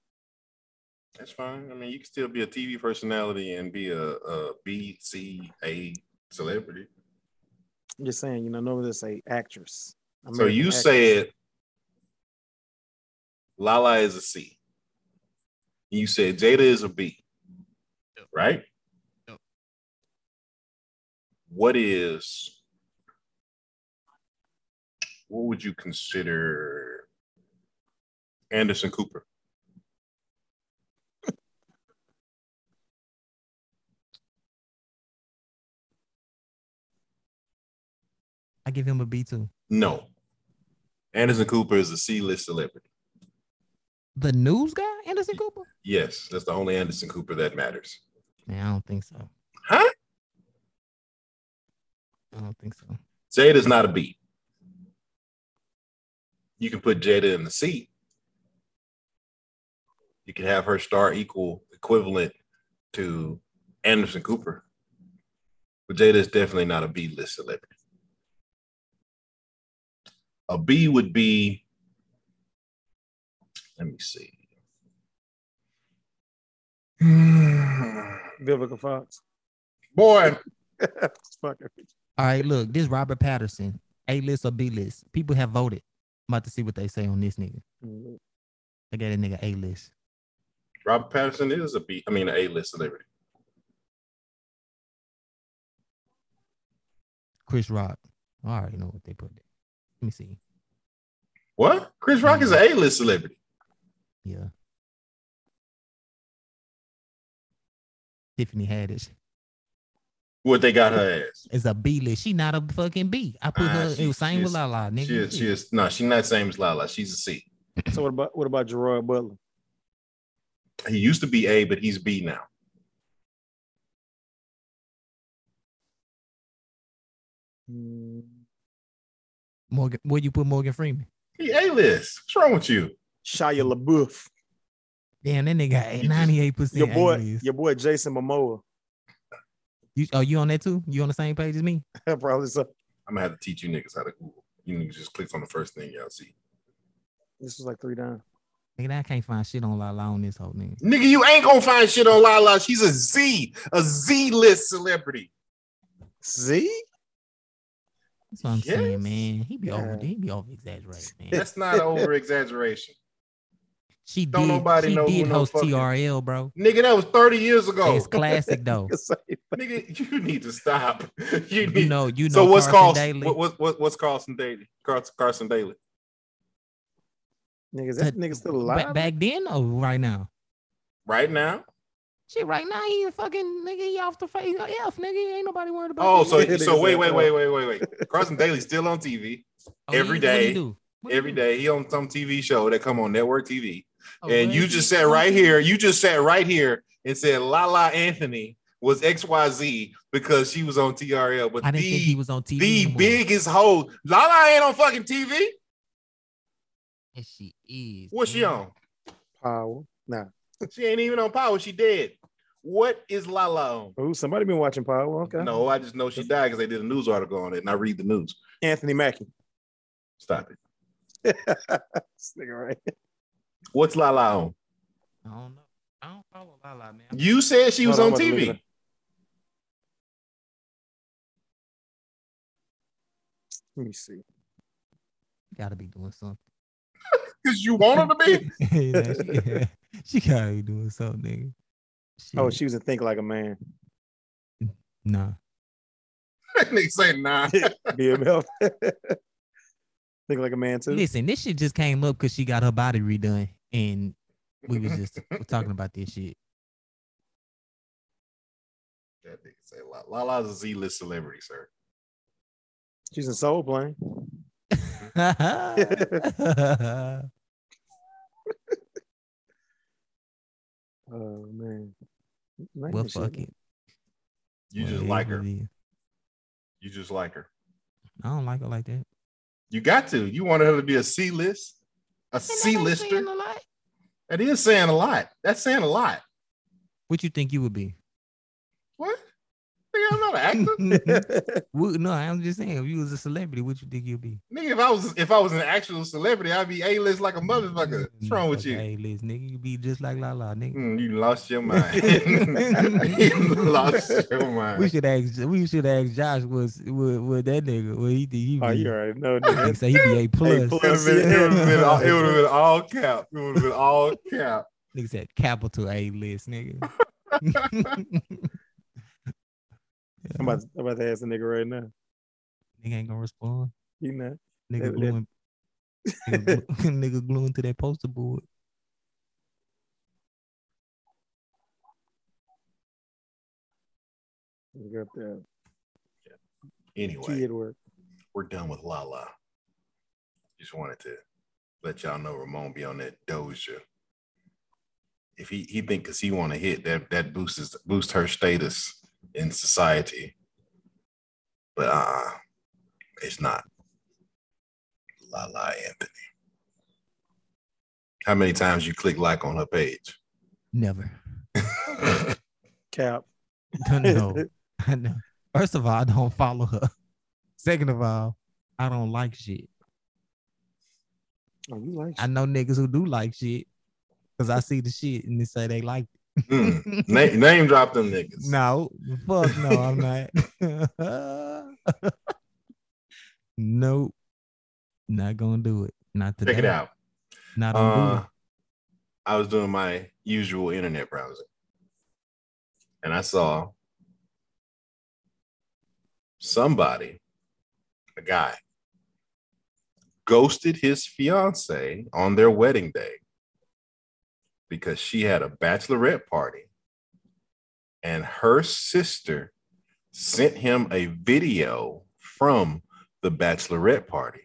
That's fine. I mean, you can still be a TV personality and be a, a BCA celebrity.
I'm just saying, you know, no one just say actress.
So
American
you
actress.
said Lala is a C. You said Jada is a B. Right?
Yep.
What is what would you consider Anderson Cooper?
I give him a B too.
No. Anderson Cooper is a C-list celebrity.
The news guy, Anderson Cooper?
Yes, that's the only Anderson Cooper that matters.
Man, I don't think so.
Huh?
I don't think so.
Jada's not a B. You can put Jada in the C. You can have her star equal equivalent to Anderson Cooper. But Jada is definitely not a B list celebrity. A B would be, let me see.
Vivica Fox.
Boy,
Fuck her.
All right, look, this Robert Patterson, A list or B list. People have voted. I'm about to see what they say on this nigga. I got a nigga A list.
Robert Patterson is a B, I mean, an A list celebrity.
Chris Rock. I already know what they put there. Let me see.
What? Chris Rock is an
Mm-hmm.
A list celebrity.
Yeah. Tiffany Haddish
What they got her ass.
is a B list. She not a fucking B. I put
Nah,
her in
she-
the same
she
with
is-
Lala, nigga.
She is, she is no, she's not same as Lala. She's a C.
So what about what about Gerard Butler?
He used to be A, but he's B now.
Mm,
Morgan, where you put Morgan Freeman?
He A list. What's wrong with you?
Shia LaBeouf.
Damn, that nigga
You just-
ninety eight percent.
Your boy, your boy Jason Momoa.
You, oh, you on that too? You on the same page as me?
Probably so.
I'm gonna have to teach you niggas how to Google. You niggas just click on the first thing y'all see.
This was like three down.
Nigga, I can't find shit on Lala on this whole nigga.
Nigga, you ain't gonna find shit on Lala. She's a Z, a Z list celebrity.
See?
That's what I'm
Yes.
saying, man. He be over,
Yeah.
he be over exaggerated, man.
That's not over exaggeration.
She
Don't
did,
nobody
she
know who
did
no
host
fucking-
TRL, bro.
Nigga, that was 30 years ago.
It's classic though.
Nigga, you need to stop. You need
you know, you know.
so what's
Carson
Carson
Daly.
what, what, what, what's Carson Daly? Carson, Carson Daly.
Niggas,
But
that nigga still
ba-
alive.
back then or right now?
Right now.
Shit, right now he a fucking nigga. He off the face. F nigga. Ain't nobody worried about.
Oh,
that.
so
Yeah,
so
niggas
wait,
like,
wait, wait, wait, wait, wait. Carson Daly's still on TV
Oh, yeah?
every
What he
day,
do? What he
every
do?
day. He on some TV show that come on network TV,
Oh,
and
what
you
he
just
do?
sat right here. You just sat right here and said Lala Anthony was X Y Z because she was on TRL. But
I didn't
the
think he was on TV.
the
anymore.
biggest hoe, Lala ain't on fucking TV.
Yes, she is.
What's she
man.
on?
Power. Nah.
She ain't even on Power. She dead. What is Lala on?
Ooh, somebody been watching Power. Okay.
No, I just know she died because they did a news article on it, and I read the news.
Anthony Mackie.
Stop it.
This nigga, right?
What's Lala on?
I don't know. I don't follow Lala, man.
You said she was
Hold on,
on
I'm about to look it
TV.
up. Let me see.
You gotta be doing something.
because you want her to be.
Yeah, she, she gotta be doing something, nigga.
Oh,
Shit.
she was in Think Like a Man.
nah.
they say nah.
BML. Think Like a Man too.
Listen, this shit just came up because she got her body redone, and we was just talking about this shit.
That nigga say La- Lala's a Z-list celebrity, sir.
She's in Soul Plane.
That's
Oh man. Man,
Well,
she-
fuck it.
You
Well,
just
it is
like
what
her.
it is.
You just like her.
I don't like her like that.
You got to. You wanted her to be a C-list, a C-lister. That is saying a lot. That's saying a lot.
What you think you would be?
What? Nigga, I'm not an actor.
Wo- no, I'm just saying, if you was a celebrity, what you think you'd be?
Nigga, if I was if I was an actual celebrity, I'd be A-list like a motherfucker. What's wrong with you?
Hey, listen, nigga, you be just like La La, nigga.
Mm, you lost your mind. you lost your mind.
We should ask. We should ask Josh. Was would, would that nigga? Would he think he be?
Oh, you already know. nigga.
he say he be a plus.
It would have been, it would've been, all- it would've
Nigga
been all cap. It would have been all cap.
said capital A list, nigga.
I'm about, I'm about to ask the nigga right now.
nigga ain't gonna respond.
He not.
Nigga
That- that-
gluing. nigga, glue- nigga gluing to that poster board.
He got that
Anyway,
kid work.
we're done with Lala. Just wanted to let y'all know Ramon be on that Doja. If he he think because he want to hit that that boosts boost her status in society, but uh it's not. Lala Anthony. How many times you click like on her page? Hmm.
Never.
Cap.
Don't know. I know. First of all, I don't follow her. Second of all, I don't like shit.
Oh, you like
I know niggas who do like shit because I see the shit and they say they like
Mm.
it.
name, name drop them niggas.
no, fuck no, I'm not. nope. Not gonna do it. Not today.
Check it out.
Not on
Uh,
Google.
I was doing my usual internet browsing, and I saw somebody, a guy, ghosted his fiance on their wedding day because she had a bachelorette party, and her sister sent him a video from the bachelorette party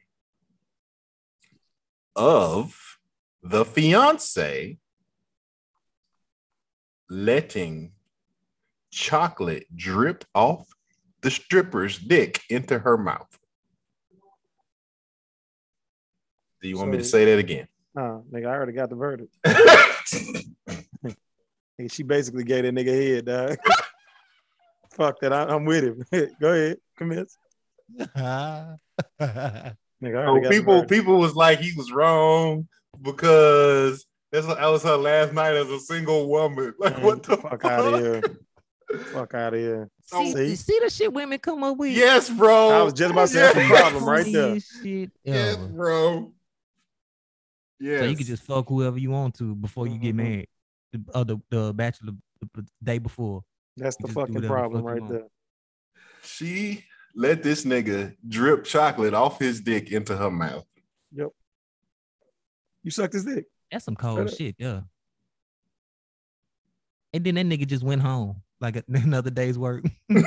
of the fiance letting chocolate drip off the stripper's dick into her mouth. Do you want me to
So-
say that again?
Nah, nigga, I already got the verdict. Nigga, she basically gave that nigga head, dog. Fuck that. I, am with him. Go ahead. Commence. Uh, Nigga,
so
I already got
Oh, people,
the verdict.
people was like he was wrong because that's that was her last night as a single woman. Like what the fuck?
Fuck out of here. Fuck out of here.
see,
see?
see the shit women come up with.
Yes, bro.
I was just about to say that's the
Yes.
problem right there.
Funniest Shit
Yes,
ever.
bro. Yes.
So you can just fuck whoever you want to before you get
Mhm.
married. The, uh, the, the bachelor the, the day before.
That's
You
the
just do
fucking
whatever the
problem
fuck you
right
want.
there.
She let this nigga drip chocolate off his dick into her mouth.
You sucked his dick.
That's some cold
Right.
shit, yeah. And then that nigga just went home like a- another day's work. yeah,
And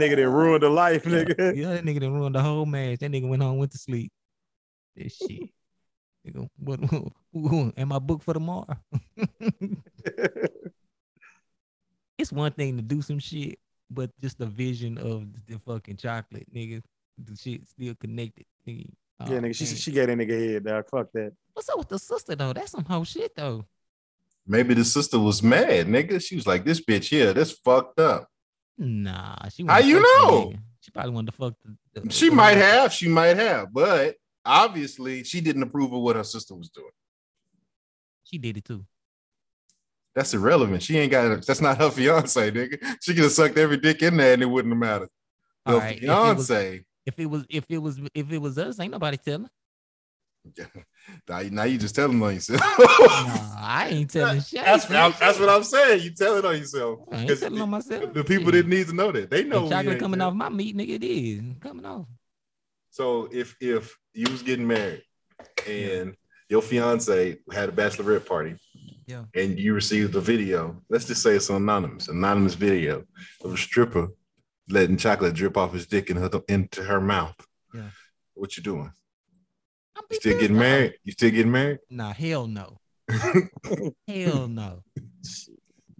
nigga that ruined the life, nigga.
that nigga done ruined the whole match. That nigga went home, went to sleep. This shit. nigga, what, am I booked for tomorrow? it's one thing to do some shit, but just the vision of the fucking chocolate, nigga. The shit still connected. Nigga. Aw,
yeah, nigga. She,
Oh, man.
she gave that nigga head, dog. Fuck that.
What's up with the sister though? That's some whole shit though.
Maybe the sister was mad, nigga. She was like, "This bitch here, that's fucked up."
Nah, she.
How
wanted to
you
fuck some
know?
nigga. She probably wanted to fuck. The, the-
She
the
might
nigga.
have, she might have, but obviously she didn't approve of what her sister was doing.
She did it too.
That's irrelevant. She ain't got. That's not her fiance, nigga. She could have sucked every dick in there and it wouldn't have mattered. The
All right, if it was-
fiance.
If it was, if it was, if it was us, ain't nobody telling.
Now, you- now you just telling on yourself.
Nah, I ain't telling shit. I ain't
that's, what I'm,
telling
that's
shit.
what I'm saying. You telling on yourself.
I ain't
'Cause
telling on myself.
The people
Shit.
didn't need to know that. They
And
know we
chocolate
ain't
coming
there.
off my meat, nigga. It is coming off.
So if if you was getting married and your fiance had a bachelorette party,
Yeah.
and you received a video, let's just say it's an anonymous, anonymous video of a stripper letting chocolate drip off his dick in her, into her mouth.
Yeah.
What you doing?
I'm
You still getting married? You still getting married?
Nah, hell no. hell
Hmm.
no.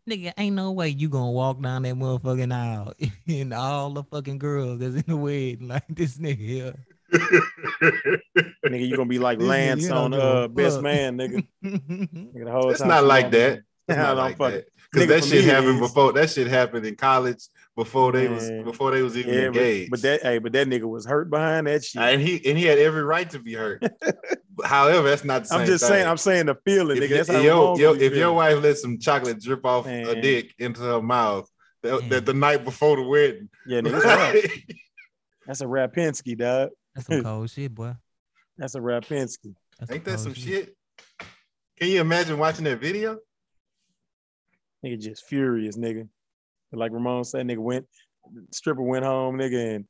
Nigga, ain't no way you gonna walk down that motherfucking aisle and all the fucking girls that's in the wedding like this nigga here.
Nigga, you gonna be like
This nigga,
Lance
you don't
on
give a
uh best
fuck.
man, nigga. nigga the whole
it's
time
not
she
like
walking-
that. It's
I
not
don't
like
fuck-
that. Because
nigga,
that
for
shit
me, it
happened
is.
before that shit happened in college before they was
Man.
before they was even
Yeah, but,
engaged.
but that hey, but that nigga was hurt behind that shit.
and he and he had every right to be hurt. However, that's not the same
I'm just
thing.
saying, I'm saying the feeling,
if,
nigga. That's
y-
how
yo,
wrong
yo,
you
if
feel.
your wife let some chocolate drip off a
Man.
dick into her mouth that,
Man.
that the night before the wedding,
yeah, nigga, that's a rap. That's a Rapinski, dog.
That's
Hmm.
some cold shit, boy.
That's a Rapinski.
That's
ain't that
cold
some shit? Can you imagine watching that video?
Nigga just furious, nigga. And like Ramon said, nigga went stripper went home, nigga, and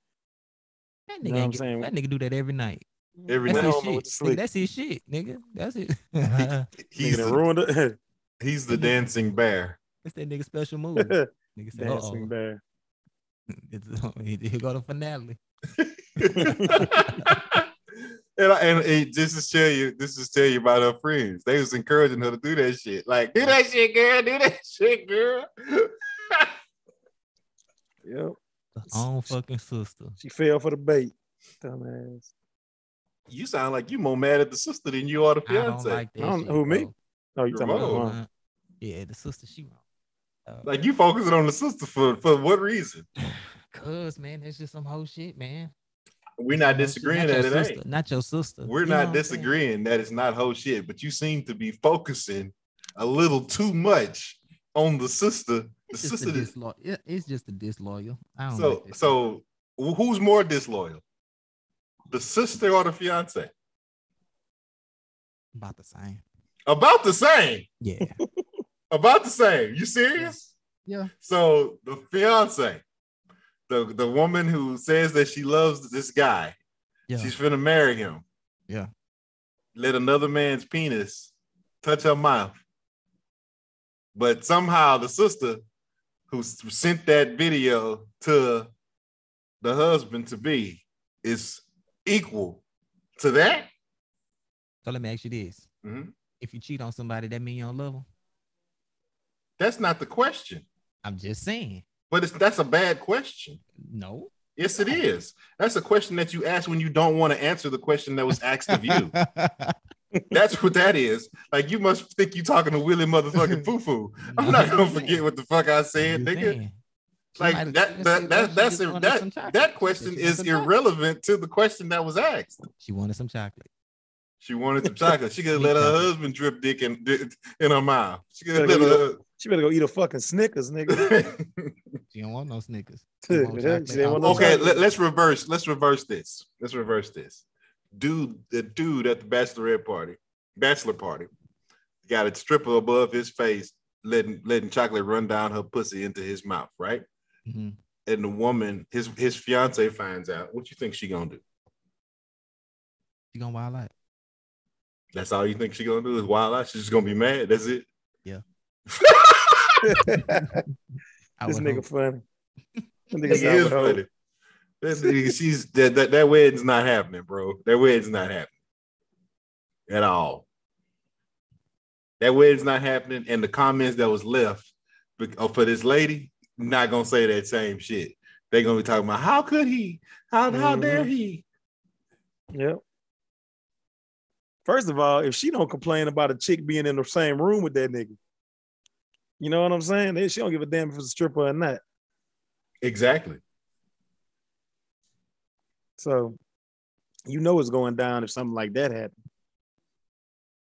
That nigga,
Know what
ain't
I'm
get-
saying?
that nigga do that every night.
Every
That's
went
night.
his shit.
home and went to
Nigga,
sleep.
that's his shit, nigga. That's it. that's
He's
nigga done
the,
ruined it.
he's the dancing bear.
that nigga special move. Nigga
Dancing
said, uh-oh.
bear.
It's- Here go the finale.
And, I, and it, just to tell you, this is tell you about her friends. They was encouraging her to do that shit. Like, do that shit, girl. Do that shit, girl.
Yep.
The own fucking sister.
She fell for the bait. Dumbass.
you sound like you more mad at the sister than you are the
I
fiance.
don't like that.
I don't-
shit,
who, me?
bro.
Oh, you talking about
Ramon.
Ramon?
Uh, yeah, the sister, she wrong. Uh,
Like you focusing on the sister for, for what reason?
Cuz man, that's just some whole shit, man.
We're
Some
not
whole shit.
disagreeing
your
that it
sister,
ain't.
Not your sister.
We're
You know
not
what I'm saying?
disagreeing that it's not whole shit, but you seem to be focusing a little too much on the sister. The
It's just, a
sister is
disloyal. it- it's just a disloyal. I don't
so
like that shit.
so wh- who's more disloyal? The sister or the fiance?
about the same.
About the same.
Yeah.
About the same. You serious?
Yeah.
So the fiance, the, the woman who says that she loves this guy,
Yeah.
She's finna marry him.
Yeah.
Let another man's penis touch her mouth. But somehow the sister who s- sent that video to the husband to be is equal to that.
So let me ask you this.
Mhm.
If you cheat on somebody, that mean you don't love them?
That's not the question,
I'm just saying.
but it's that's a bad question.
No.
Yes, it is. That's a question that you ask when you don't want to answer the question that was asked of you. That's what that is. Like you must think you talking to Willie motherfucking Foo Foo. I'm not gonna forget what the fuck I said,
I'm just
nigga.
saying. Somebody-
Like that
let's say
that that
she
that's
just wanted some
that
chocolate.
that question
She wanted
is
some chocolate.
irrelevant to the question that was asked.
She wanted some chocolate.
She wanted some chocolate. She could
Me
let her
chocolate.
husband drip dick in in her mouth. She could
Gotta
let
go
her.
She better go eat a fucking Snickers, nigga.
She don't want no Snickers.
She
want chocolate.
didn't want no
okay,
chocolate.
let, us reverse. Let's reverse this. Let's reverse this. Dude, the dude at the bachelorette party, bachelor party, got a stripper above his face, letting letting chocolate run down her pussy into his mouth, right?
Mhm.
and the woman, his his fiance finds out, what you think she gonna do?
She gonna wild out.
That's all you think she gonna do is wild out. She's just gonna be mad. That's it.
Yeah.
this
I would
nigga
hope.
funny. That
It
nigga
is
sound like a hoe.
funny. That's- she's that, that that wedding's not happening, bro. That wedding's not happening at all. That wedding's not happening, and the comments that was left be- uh, for this lady not gonna say that same shit. They're gonna be talking about how could he? How how dare he?
Yep. First of all, if she don't complain about a chick being in the same room with that nigga, you know what I'm saying? Then She don't give a damn if it's a stripper or not.
Exactly.
So you know it's going down if something like that happened.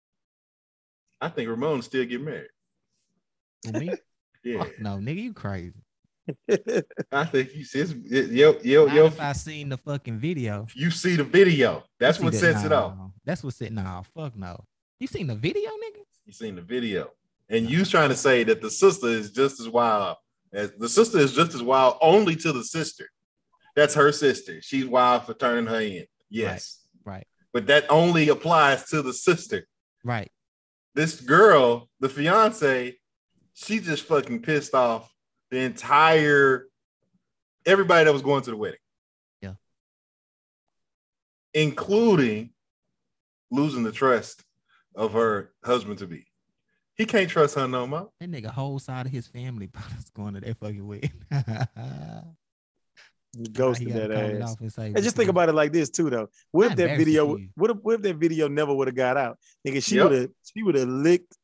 I think Ramon still get married.
For me?
Yeah.
Fuck no, nigga, you crazy.
I think you see, it's, it, yo, yo,
Not
yo,
if I seen the fucking video.
you see the video. That's
See
what
that-
sets it off.
nah, That's what set. Nah, fuck no. You seen the video, nigga?
You seen the video, and you trying to say that the sister is just as wild as the sister is just as wild only to the sister. That's her sister. She's wild for turning her in. Yes,
right.
But that only applies to the sister.
Right.
This girl, the fiance, she just fucking pissed off the entire everybody that was going to the wedding.
Yeah.
Including losing the trust of her husband to be. He can't trust her no more.
That nigga whole side of his family was going to that fucking wedding.
You
He
ghosted
gotta
that
call it
ass.
off and say,
And just think about it like this too, though. What
How
if that
embarrassing
video?
for you.
What if, what if that video never would have got out, nigga? She
Yep.
would have. She would have licked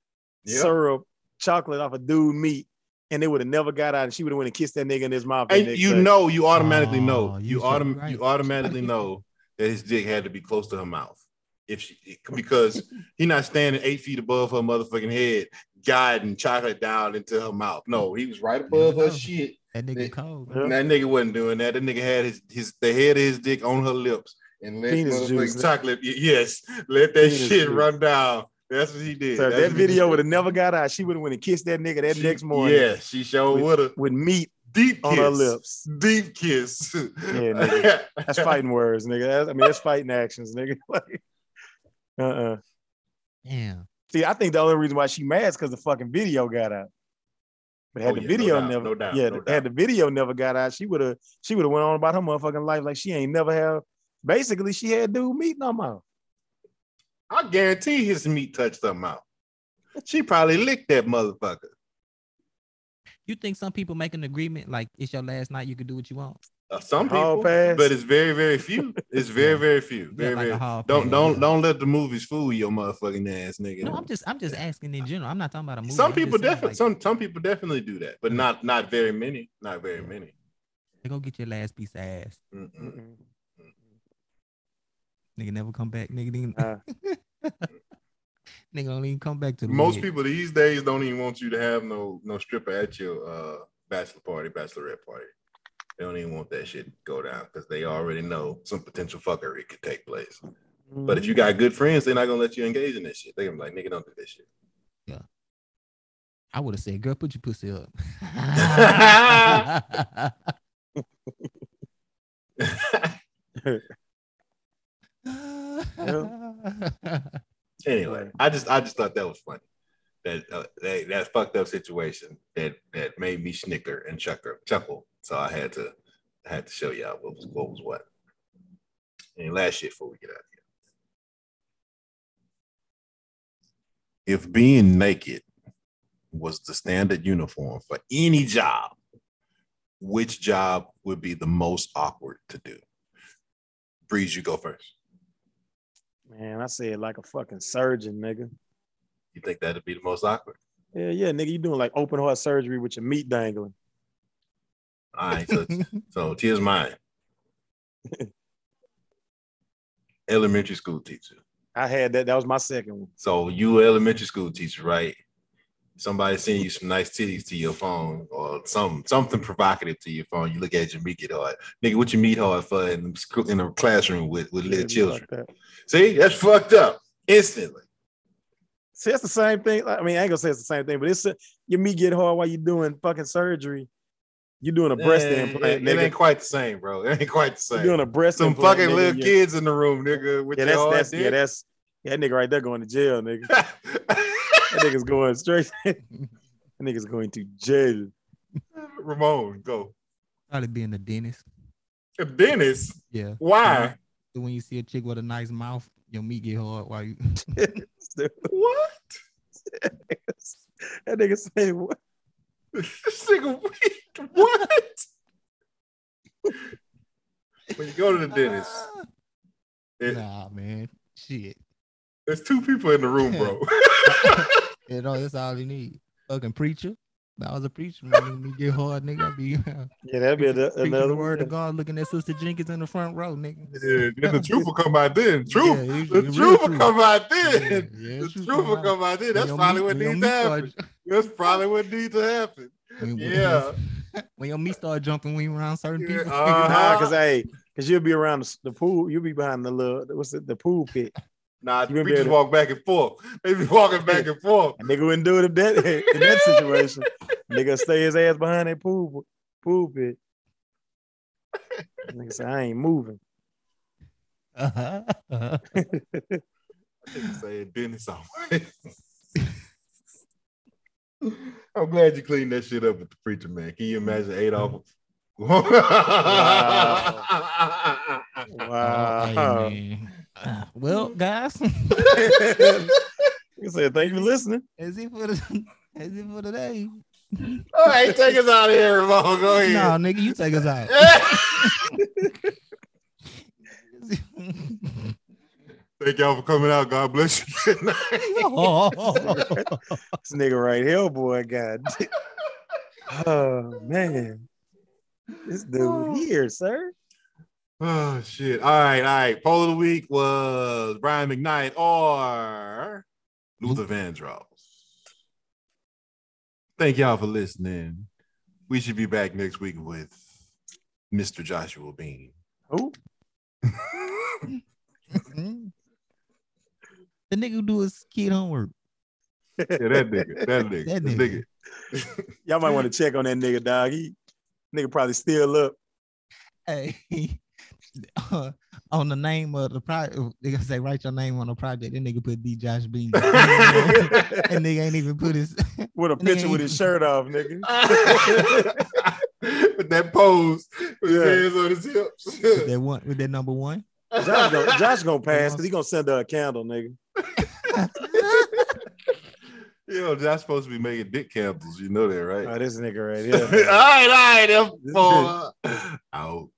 Yep.
syrup chocolate off a dude meat, and they would have never got out, and she would have went and kissed that nigga in his mouth. the
And
next
you
day.
know, you automatically
Oh,
know,
you
you
should be
autom-
right.
you automatically know that his dick had to be close to her mouth. If she because he not standing eight feet above her motherfucking head, guiding chocolate down into her mouth. No, he was right above her
Yeah.
shit.
That nigga
Yeah.
cold.
Yeah.
And that nigga wasn't doing that. That nigga had his his the head of his dick on her lips and let
Penis
motherfucking
juice.
chocolate. y- Yes, let that
Penis
shit
juice.
run down. That's what he did.
Sir,
That's
that
what
video
he
would have
did.
never got out. She would have went and kissed that nigga that
She-
next morning
Yeah, she showed with a
with meat
deep
on
kiss,
her lips.
Deep kiss. Yeah,
nigga. That's fighting words, nigga. That's- I mean, that's fighting actions, nigga. Like, uh-uh.
Damn.
See, I think the only reason why she mad is because the fucking video got out. But had
Oh,
the
yeah, no
video
doubt,
never,
no doubt,
yeah,
no
had the video never got out, she would have, she would have went on about her motherfucking life like she ain't never have. Basically, she had dude meat no more.
I guarantee his meat touched her mouth. She probably licked that motherfucker.
You think some people make an agreement like it's your last night, you can do what you want?
Uh, some
Hall
people,
pass.
but it's very, very few. It's very,
Yeah.
very few.
Yeah,
Very,
like a
very.
hall
Don't,
pass,
don't,
yeah.
don't let the movies fool your motherfucking ass, nigga.
No, I'm just I'm just asking in general. I'm not talking about a movie.
some
I'm just
people
saying,
definitely
like,
some some people definitely do that, but not not very many. Not very many.
they go get your last piece of ass.
Mm-mm.
Nigga never come back. Nigga didn't,
Uh.
nigga don't even come back to the
Most
wig.
people these days don't even want you to have no no stripper at your uh bachelor party, bachelorette party. They don't even want that shit to go down because they already know some potential fuckery could take place. But if you got good friends, they're not gonna let you engage in that shit. They're gonna be like, nigga, don't do this shit.
I would have said, girl, put your pussy up.
anyway, I just I just thought that was funny. That uh, that, that fucked up situation that that made me snicker and chucker, chuckle. So I had to I had to show y'all what was what was what. And last shit before we get out of here. If being naked was the standard uniform for any job, which job would be the most awkward to do? Breeze, you go first.
man, I said like a fucking surgeon, nigga.
You think that'd be the most awkward?
Yeah, yeah, nigga, you doing like open heart surgery with your meat dangling.
All right, so so here's mine. elementary school teacher.
I had that. That was my second one.
So you a elementary school teacher, right? Somebody send you some nice titties to your phone or some something provocative to your phone. You look at your meat get hard. Nigga, what you meat hard for in the school in a classroom with, with
Yeah,
little
you
children?
fucked up.
See, that's fucked up instantly.
See, that's the same thing. Like, I mean, I ain't gonna say it's the same thing, but it's a, your meat get hard while you doing fucking surgery. You're doing a breast
Eh,
implant,
It, it
nigga.
ain't quite the same, bro. It ain't quite the
You're
same.
doing a breast
Some
implant.
fucking
nigga.
little
Yeah.
kids in the room, nigga, with
Yeah,
your
that's
hard
that's yeah,
dick.
that's that nigga right there going to jail, nigga. That nigga's going straight. that nigga's going to jail.
Ramon, go.
Probably being a dentist.
Dennis,
Yeah.
why?
So when you see a chick with a nice mouth, your meat get hard while you
What?
That nigga say what?
This nigga weak. What? when you go to the dentist, it,
Nah, man. Shit.
there's two people in the room, bro.
You know, that's all you need. Fucking preacher. If I was a preacher. My nigga meat get hard, nigga. I'd be
Yeah, that'd be
preaching,
another,
preaching
another
the word of
one.
God looking at Sister Jenkins in the front row, nigga.
yeah, then the truth will come out then. Truth.
Yeah, it's-
the
it's real
truth will come out then.
Yeah, yeah,
the
it's
truth
truth
will
come
come out then. That's
When your
probably
meat-
what
when your
needs to
meat
happen.
start-
That's probably what needs to happen.
when, when-
Yeah.
When your meat start jumping when you around certain
Yeah,
people.
uh-huh.
Nah, cause hey, cause you'll be around the, the pool. You'll be behind the little what's it? The pool pit.
Nah,
You wouldn't be
preachers
able to-
walk back and forth. They be walking back and forth.
A nigga wouldn't do it if that in that situation. nigga stay his ass behind that pool pool pit. Nigga say I ain't moving.
Uh-huh. Uh-huh.
Nigga said Dennis always. I'm glad you cleaned that shit up with the preacher, man. Can you imagine Adolf?
Wow.
Oh,
Uh-huh.
Wow.
hey, man. Uh, well, guys,
Nigga said, thank you for listening.
that's it for the that's it for today.
All right, take us out of here, Ramon. Go
No,
ahead.
nigga, you take us out.
Thank y'all for coming out. God bless you. Good night.
Oh.
This nigga right here, boy, God. oh man, this dude here, sir.
Oh shit. All right, all right. Poll of the week was Brian McKnight or Luther Vandross. Thank y'all for listening. We should be back next week with Mr. Joshua Bean.
Who?
the nigga do his kid homework.
Yeah, that nigga. That nigga. That
That
nigga.
nigga.
Y'all might want to check on that nigga, dog. He nigga probably still up.
Hey, uh, on the name of the project, they gonna say write your name on the project. That nigga put D. Josh Bean. that nigga ain't even put his.
With a picture with his shirt off, nigga.
with that pose, with
Yeah.
his hands on his hips.
with that one with that number one.
Josh gonna, Josh gonna pass because he gonna send her a candle, nigga.
you know, Josh supposed to be making dick candles. You know that, right?
Oh, this nigga right
all
here.
right, all right.
This
F4. Out.